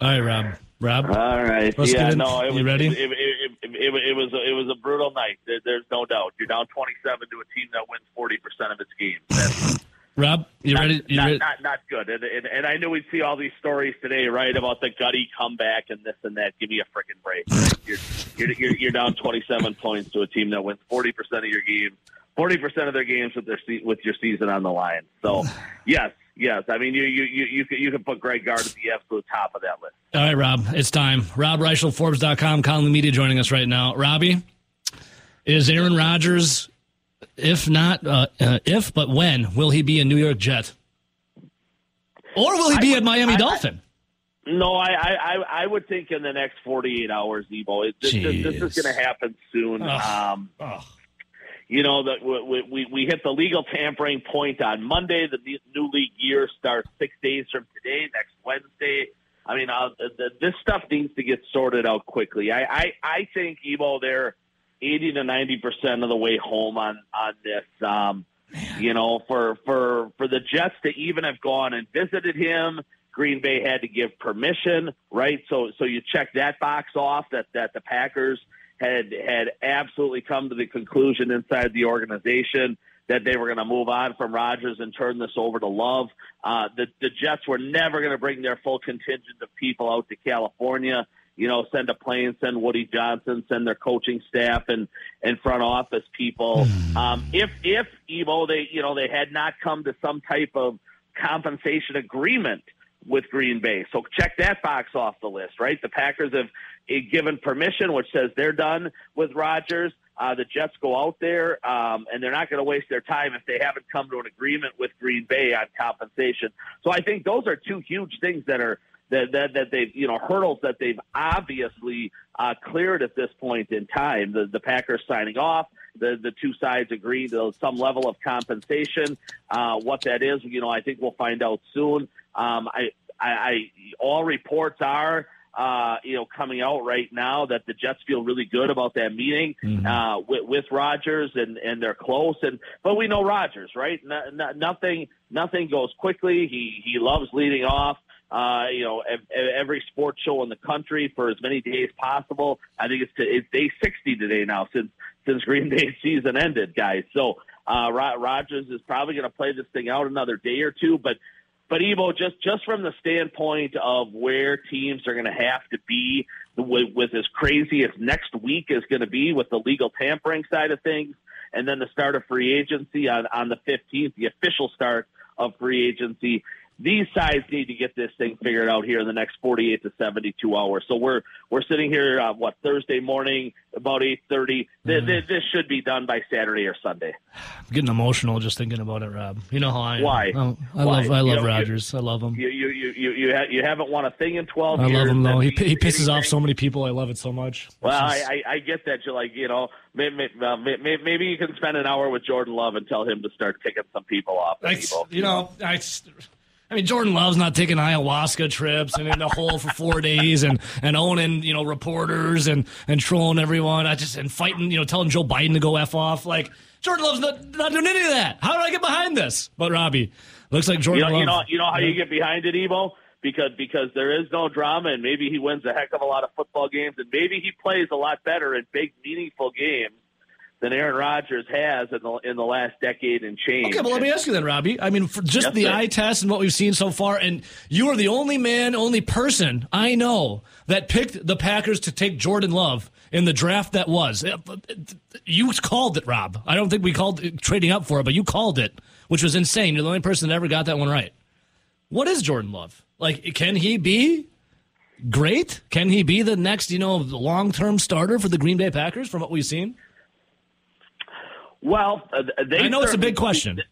All right, Rob. Rob. All right. Let's yeah. give it- no. It you was, ready? It, it, it, it, it, it was a- it was a brutal night. There, there's no doubt. You're down 27 to a team that wins 40 percent of its games. Rob, you ready? You not, ready? not not good. And, and and I knew we'd see all these stories today, right, about the gutty comeback and this and that. Give me a freaking break. You're, you're you're you're down 27 points to a team that wins 40 percent of your games, 40 percent of their games with their se- with your season on the line. So yes, yes. I mean, you you you you can, you can put Greg Gard at the absolute top of that list. All right, Rob. It's time. Rob Reichel, Forbes.com, Conley Media joining us right now. Robbie, is Aaron Rodgers, if not, uh, uh, if, but when, will he be a New York Jet? Or will he be a Miami Dolphin? No, I, I, I- I would think in the next 48 hours, Evo. It, this, this, this is going to happen soon. Um, You know that we, we- we we hit the legal tampering point on Monday. The new- new league year starts six days from today, next Wednesday. I mean, uh, th- th- this stuff needs to get sorted out quickly. I, I, I think Evo they're 80 to 90 percent of the way home on on this. Um, you know, for for for the Jets to even have gone and visited him Green Bay had to give permission, right? So so you check that box off that that the Packers had had absolutely come to the conclusion inside the organization that they were going to move on from Rodgers and turn this over to Love. Uh, the the Jets were never going to bring their full contingent of people out to California. You know, send a plane, send Woody Johnson, send their coaching staff and and front office people. Um, if if Evo they you know they had not come to some type of compensation agreement with Green Bay. So check that box off the list, right? The Packers have eh, given permission, which says they're done with Rodgers. Uh, the Jets go out there, um, and they're not going to waste their time if they haven't come to an agreement with Green Bay on compensation. So I think those are two huge things that are that that, that they've you know hurdles that they've obviously uh, cleared at this point in time. The the Packers signing off, the the two sides agree to some level of compensation. Uh, what that is, you know, I think we'll find out soon. Um, I, I, I all reports are. Uh, you know, coming out right now that the Jets feel really good about that meeting uh, with, with Rodgers, and and they're close. And but we know Rodgers, right? No, no, nothing nothing goes quickly. He he loves leading off uh, you know, ev- ev- every sports show in the country for as many days possible. I think it's, to, it's day 60 today now since since Green Bay's season ended, guys. So uh, Rod- Rodgers is probably going to play this thing out another day or two, but but Evo, just just from the standpoint of where teams are going to have to be with, with as crazy as next week is going to be with the legal tampering side of things, and then the start of free agency on on the 15th, the official start of free agency these sides need to get this thing figured out here in the next 48 to 72 hours. So we're we're sitting here uh, what Thursday morning about 8:30. Mm-hmm. Th- th- This should be done by Saturday or Sunday. I'm getting emotional just thinking about it, Rob. You know how I am. Why? Oh, I Why? love I You love know, you- Rodgers. I love him. You you you you you, ha- you haven't won a thing in 12 I years. love him though. That He, means he pisses off anything. so many people. I love it so much. It's Well, just- I, I, I get that you're like you know maybe, maybe, maybe you can spend an hour with Jordan Love and tell him to start ticking some people off. I- Evo. you know, I, I mean, Jordan Love's not taking ayahuasca trips and in the hole for four days and, and owning, you know, reporters and, and trolling everyone. I just, and fighting, you know, telling Joe Biden to go F off. Like, Jordan Love's not, not doing any of that. How do I get behind this? But Robbie, looks like Jordan You know, Love. you know, you know how you get behind it, Evo, because because there is no drama, and maybe he wins a heck of a lot of football games, and maybe he plays a lot better in big, meaningful games than Aaron Rodgers has in the in the last decade and change. Okay, well, let me ask you then, Robbie. I mean, for just Yes, the sir. eye test and what we've seen so far, and you are the only man, only person I know that picked the Packers to take Jordan Love in the draft that was. Uh, You called it, Rob. I don't think we called it, trading up for it, but you called it, which was insane. You're the only person that ever got that one right. What is Jordan Love? Like, can he be great? Can he be the next, you know, long term starter for the Green Bay Packers from what we've seen? well, uh, they I know it's a certainly- big question.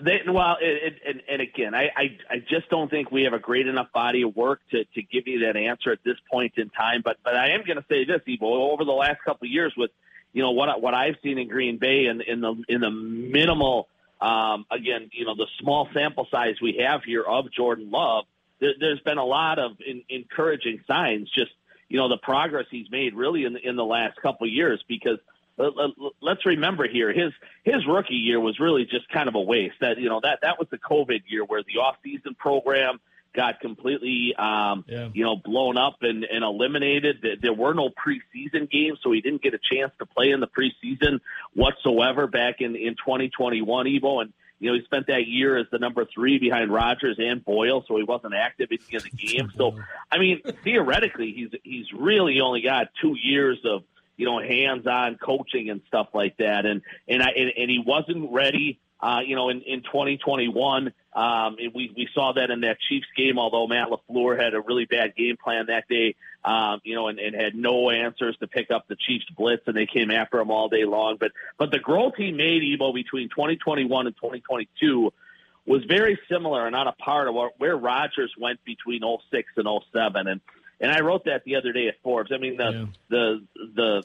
They, well, it, it, and, and again, I, I, I just don't think we have a great enough body of work to, to give you that answer at this point in time. But but I am going to say this, Evo, over the last couple of years, with you know what I- what I've seen in Green Bay and in the in the minimal, um, again, you know the small sample size we have here of Jordan Love, there, there's been a lot of in, encouraging signs. Just you know the progress he's made really in the, in the last couple of years because let, us remember here his his rookie year was really just kind of a waste. That you know that that was the COVID year where the off season program got completely um, Yeah. you know blown up and, and eliminated. There- There were no preseason games, so he didn't get a chance to play in the preseason whatsoever back in in 2021. Evo and. You know, he spent that year as the number three behind Rogers and Boyle, so he wasn't active in the game. So, I mean, theoretically, he's he's really only got two years of you know, hands-on coaching and stuff like that. And and I and, and he wasn't ready. Uh, you know, in, in 2021, um, and we we saw that in that Chiefs game. Although Matt Lafleur had a really bad game plan that day, um, you know, and, and had no answers to pick up the Chiefs blitz, and they came after him all day long. But but the growth he made, Evo, between 2021 and 2022 was very similar and on a part of where- where Rodgers went between 06 and 07. And and I wrote that the other day at Forbes. I mean the Yeah. the the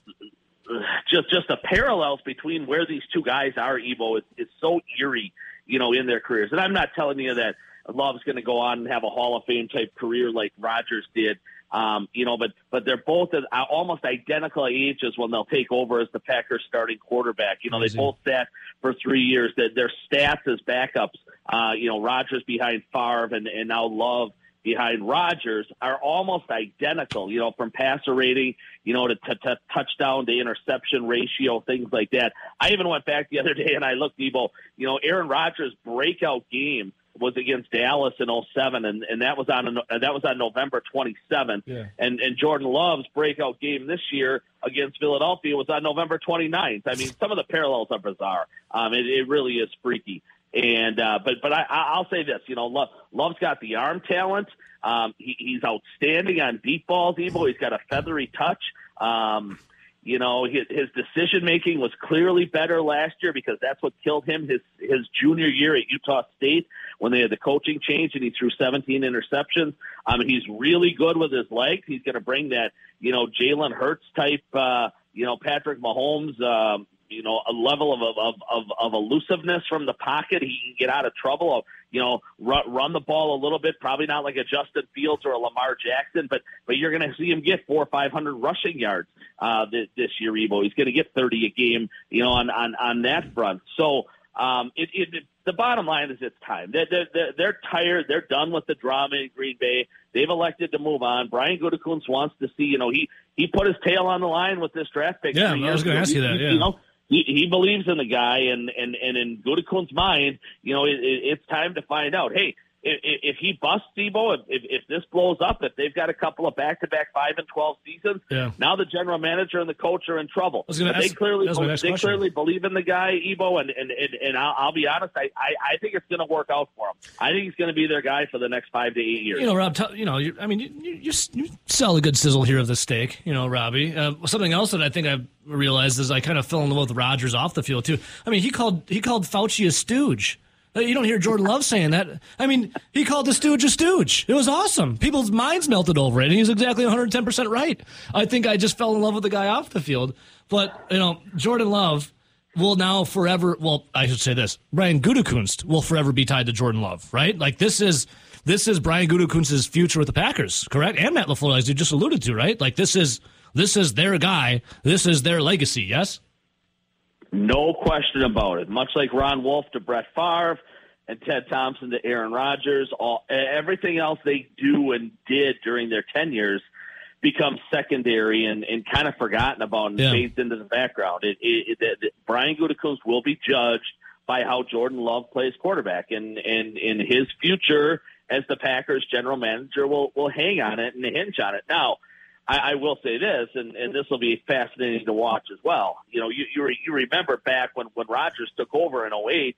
just just the parallels between where these two guys are, Evo, is, is so eerie, you know, in their careers. And I'm not telling you that Love's going to go on and have a Hall of Fame type career like Rodgers did, um, you know, but but they're both at uh, almost identical ages when they'll take over as the Packers starting quarterback. You know, they Amazing. both sat for three years. Their, their stats as backups, uh, you know, Rodgers behind Favre and and now Love behind Rodgers are almost identical, you know, from passer rating, you know, to t- t- touchdown to interception ratio, things like that. I even went back the other day and I looked, Debo, you know, Aaron Rodgers' breakout game was against Dallas in 07, and, and that was on uh, that was on November 27th. Yeah. And and Jordan Love's breakout game this year against Philadelphia was on November 29th. I mean, some of the parallels are bizarre. Um, it, it really is freaky. And uh, but but I, I- I'll say this, you know, Love Love's got the arm talent. Um, he, he's outstanding on deep balls. Evo, he's got a feathery touch. Um, you know, his, his decision making was clearly better last year because that's what killed him his his junior year at Utah State when they had the coaching change and he threw 17 interceptions. Um, he's really good with his legs. He's going to bring that, you know, Jalen Hurts type, uh, you know, Patrick Mahomes, um, you know, a level of of, of of elusiveness from the pocket. He can get out of trouble. Of you know, run, run the ball a little bit. Probably not like a Justin Fields or a Lamar Jackson, but but you're going to see him get four or five hundred rushing yards uh, this, this year. Evo, he's going to get thirty a game. You know, on on on that front. So. Um, it, it, it, the bottom line is it's time. They're, they're- they're, they're tired. They're done with the drama in Green Bay. They've elected to move on. Brian Gutekunst wants to see. You know, he he put his tail on the line with this draft pick. Yeah, three I years was gonna ago. ask you He- that, he- yeah. You know, he, he believes in the guy, and and and in Gutekunst's mind, you know, it, it, it's time to find out. Hey. i- i- If he busts Debo, if, if if this blows up, if they've got a couple of back-to-back five and twelve seasons, Yeah. now the general manager and the coach are in trouble. I was gonna But they ask- clearly that was my next they question. clearly believe in the guy, Ebo, and and and, and I'll, I'll be honest, I, I I think it's going to work out for him. I think he's going to be their guy for the next five to eight years. You know, Rob. T- you know, you, I mean, you, you, you, s- you sell a good sizzle here of the steak. You know, Robbie. Uh, something else that I think I realized is I kind of fell in love with Rogers off the field too. I mean, he called he called Fauci a stooge. Uh, You don't hear Jordan Love saying that. I mean, he called the stooge a stooge. It was awesome. People's minds melted over it, and he was exactly 110% right. I think I just fell in love with the guy off the field. But, you know, Jordan Love will now forever well i should say this brian gutekunst will forever be tied to jordan love right like this is this is brian gutekunst's future with the packers correct and matt lafleur as you just alluded to right like this is this is their guy this is their legacy yes No question about it. Much like Ron Wolf to Brett Favre and Ted Thompson to Aaron Rodgers, all e, everything else they do and did during their tenures becomes secondary and, and kind of forgotten about and Yeah. fades into the background. It, it, it, that- that Brian Gutekunst will be judged by how Jordan Love plays quarterback, and and in his future as the Packers general manager will will hang on it and hinge on it. Now, I, I will say this, and, and this will be fascinating to watch as well. You know, you you, re, you remember back when when Rodgers took over in 08,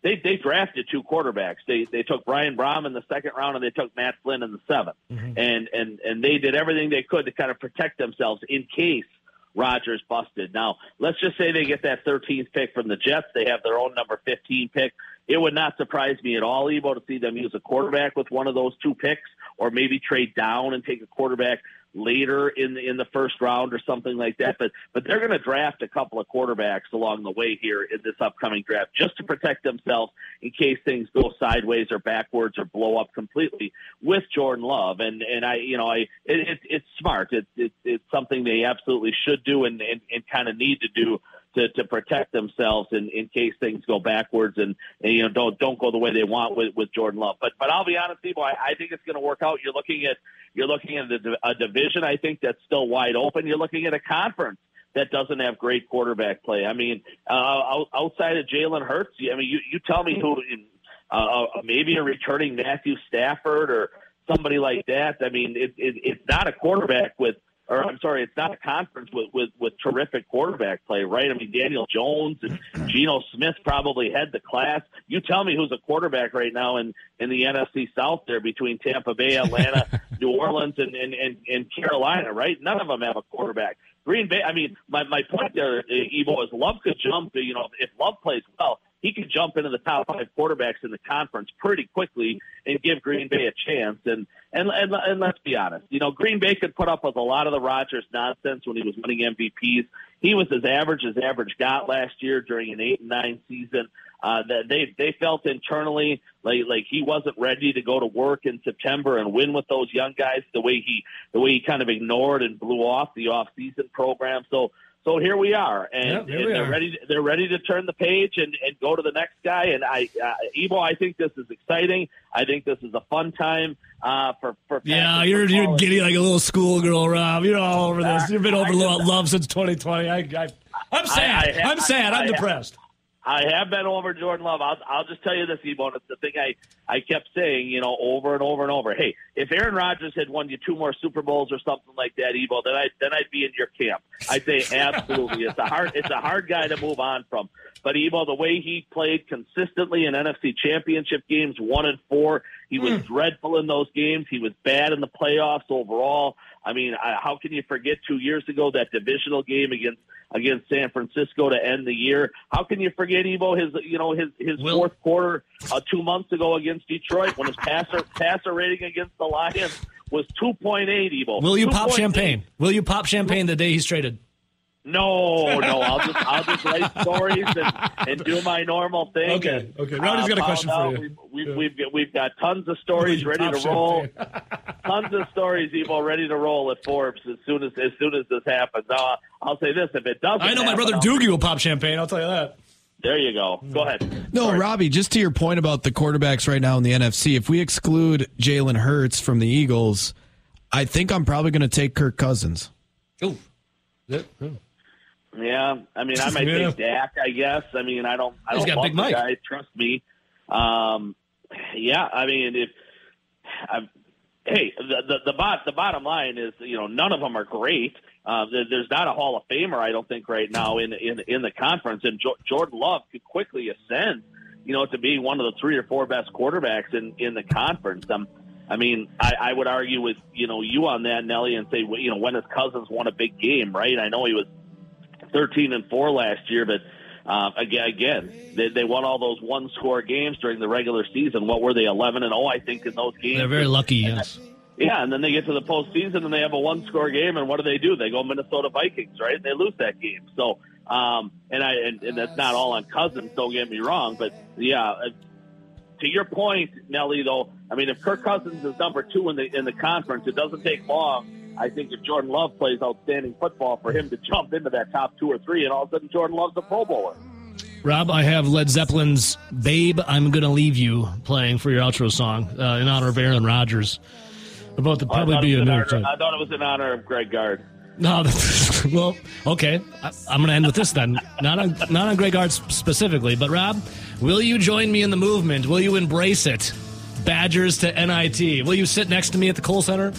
they they drafted two quarterbacks. They they took Brian Brom in the second round, and they took Matt Flynn in the 7th and and and they did everything they could to kind of protect themselves in case Rodgers busted. Now, let's just say they get that 13th pick from the Jets. They have their own number 15 pick. It would not surprise me at all, Evo, to see them use a quarterback with one of those two picks, or maybe trade down and take a quarterback later in the, in the first round or something like that. But but they're going to draft a couple of quarterbacks along the way here in this upcoming draft just to protect themselves in case things go sideways or backwards or blow up completely with Jordan Love. And and I you know I it, it, it's smart. It's it, it's something they absolutely should do and and, and kind of need to do. To, to protect themselves in, in case things go backwards and, and you know don't don't go the way they want with, with Jordan Love. But but I'll be honest, people, I, I think it's going to work out. You're looking at you're looking at a, a division, I think, that's still wide open. You're looking at a conference that doesn't have great quarterback play. I mean, uh, out- outside of Jalen Hurts, I mean, you, you tell me who, uh, uh, maybe a returning Matthew Stafford or somebody like that. I mean, it, it, it's not a quarterback with, or I'm sorry, it's not a conference with, with, with terrific quarterback play, right? I mean, Daniel Jones and Geno Smith probably head the class. You tell me who's a quarterback right now in, in the NFC South there between Tampa Bay, Atlanta, New Orleans, and, and, and, and Carolina, right? None of them have a quarterback. Green Bay, I mean, my, my point there, uh, Evo, is Love could jump, you know, if Love plays well, he could jump into the top five quarterbacks in the conference pretty quickly and give Green Bay a chance. And, and, and, and let's be honest, you know, Green Bay could put up with a lot of the Rodgers nonsense when he was winning MVPs. He was as average as average got last year during an eight and nine season. Uh, that they they felt internally like like he wasn't ready to go to work in September and win with those young guys the way he the way he kind of ignored and blew off the off season program. So So here we are, and, Yep, here and we they're are. ready. To, they're ready to turn the page and, and go to the next guy. And I, uh, Ebo, I think this is exciting. I think this is a fun time uh, for for. Yeah, fantasy you're football. you're giddy like a little schoolgirl, Rob. You're all over this. You've been I over just- love, love since 2020. I, I, I'm sad. I- I- I, am sad. I, I- am I- depressed. I have been over Jordan Love. I'll, I'll just tell you this, Ebo, and it's the thing I, I kept saying, you know, over and over and over. Hey, if Aaron Rodgers had won you two more Super Bowls or something like that, Ebo, then I then I'd be in your camp. I'd say absolutely. it's a hard it's a hard guy to move on from. But Ebo, the way he played consistently in NFC Championship games, one and four, he was dreadful in those games. He was bad in the playoffs overall. I mean, I, how can you forget two years ago that divisional game against against San Francisco to end the year? How can you forget Evo his you know his his Will- fourth quarter uh, two months ago against Detroit when his passer passer rating against the Lions was two point eight. Evo, Will you pop 2.8. champagne? Will you pop champagne the day he's traded? No, no. I'll just I'll just write stories and, and do my normal thing. Okay, And, okay. Rowdy's got a Paul, question for no, you. We've, we've, we've, got, we've got tons of stories You ready pop to roll. tons of stories, Evo, ready to roll at Forbes as soon as as soon as this happens. Now, I'll say this: if it doesn't, I know my happen, brother I'll- Doogie will pop champagne. I'll tell you that. There you go. Hmm. Go ahead. No, Robbie, just to your point about the quarterbacks right now in the NFC, if we exclude Jalen Hurts from the Eagles, I think I'm probably going to take Kirk Cousins. Yeah, I mean, I might Yeah. take Dak. I guess. I mean, I don't. I He's don't got love Big the Mike. guy. Trust me. Um, yeah, I mean, if I'm, hey, the the the, bot, the bottom line is, you know, none of them are great. Uh, there, there's not a Hall of Famer, I don't think, right now in in in the conference, and jo- Jordan Love could quickly ascend, you know, to be one of the three or four best quarterbacks in in the conference. Um, I mean, I, I would argue with you know you on that, Nelly, and say, you know, when has Cousins won a big game, right? I know he was 13 and four last year, but uh, again, again, they, they won all those one score games during the regular season. What were they, 11 and 0, I think, in those games? They're very lucky. Yes. yeah, and then they get to the postseason and they have a one score game, and what do they do? They go Minnesota Vikings, right? They lose that game. So, um, and I and, and that's not all on Cousins. Don't get me wrong, but yeah, uh, to your point, Nelly. Though, I mean, if Kirk Cousins is number two in the in the conference, it doesn't take long. I think if Jordan Love plays outstanding football for him to jump into that top two or three, and all of a sudden Jordan Love's a Pro Bowler. Rob, I have Led Zeppelin's "Babe, I'm Gonna Leave You" playing for your outro song uh, in honor of Aaron Rodgers. About to Oh, I probably thought be it a was in new honor- I thought it was in honor of Greg Gard. No, that's, well, okay. I, I'm going to end with this then. Not on not on Greg Art specifically, but Rob, will you join me in the movement? Will you embrace it? Badgers to NIT. Will you sit next to me at the Cole Center?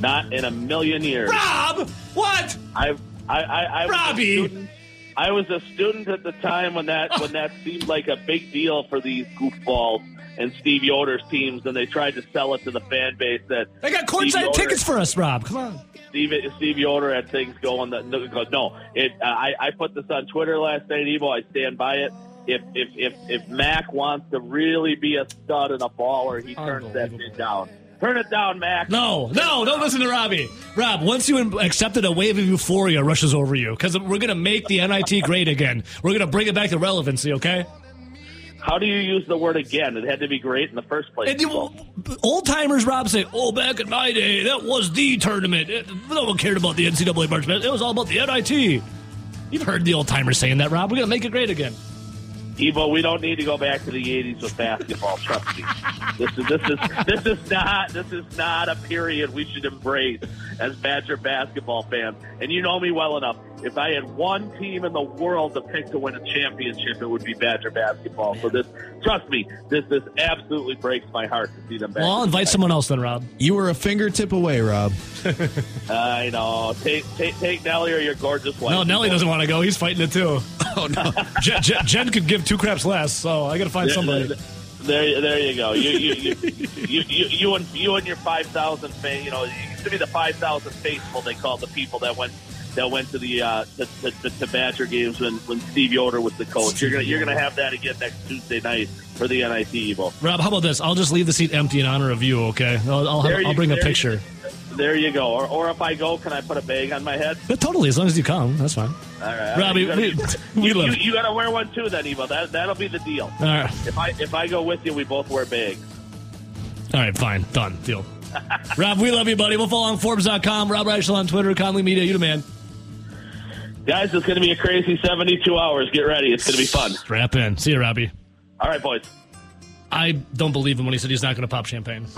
Not in a million years. Rob, what? I, I, I, I was a Robbie! student- I was a student at the time when that when that seemed like a big deal for these goofballs and Steve Yoder's teams, and they tried to sell it to the fan base that They got Steve Yoder- courtside tickets for us, Rob. Come on. Steve, Steve Yoder had things going. That, no, it, I, I put this on Twitter last night, Evo. I stand by it. If if if if Mac wants to really be a stud and a baller, he turns that shit down. Turn it down, Mac. No, no, don't listen to Robbie. Rob, once you em- accept it, a wave of euphoria rushes over you because we're going to make the NIT great again. We're going to bring it back to relevancy, okay? How do you use the word again? It had to be great in the first place. And you, Evo. old timers, Rob, say, "Oh, back in my day, that was the tournament. It- no one cared about the NCAA March Madness. It was all about the NIT." You've heard the old timers saying that, Rob. We're gonna make it great again. Evo, we don't need to go back to the '80s with basketball. Trust me, this is this is this is not this is not a period we should embrace as Badger basketball fans. And you know me well enough. If I had one team in the world to pick to win a championship, it would be Badger basketball. So this, trust me, this this absolutely breaks my heart to see them back. Well, I'll invite someone else then, Rob. You were a fingertip away, Rob. I know. Take take take Nelly or your gorgeous wife. No, Nelly doesn't want to go. He's fighting it too. Oh, no. Jen, Jen, Jen could give two craps less, so I gotta find somebody. There, there, there you go. You, you, you, you, you, you and you and your five thousand, fa- you know, it used to be the five thousand faithful. They called the people that went that went to the uh, to, to, to, to Badger games when, when Steve Yoder was the coach. You're gonna you're gonna have that again next Tuesday night for the NIT Evo. Rob, how about this? I'll just leave the seat empty in honor of you. Okay, I'll I'll, There have, you- I'll bring a there you- picture. There you go. Or, or if I go, can I put a bag on my head? But totally, as long as you come, that's fine. All right, Robbie, you gotta, we, you, we you, love. you gotta wear one too, then Evo. That that'll be the deal. All right, If I if I go with you, we both wear bags. All right, fine. Done. Deal. Rob, we love you, buddy. We'll follow on Forbes.com, Rob Reichel on Twitter, Conley Media, you the man. Guys, it's going to be a crazy 72 hours. Get ready. It's going to be fun. Strap in. See you, Robbie. All right, boys. I don't believe him when he said he's not going to pop champagne.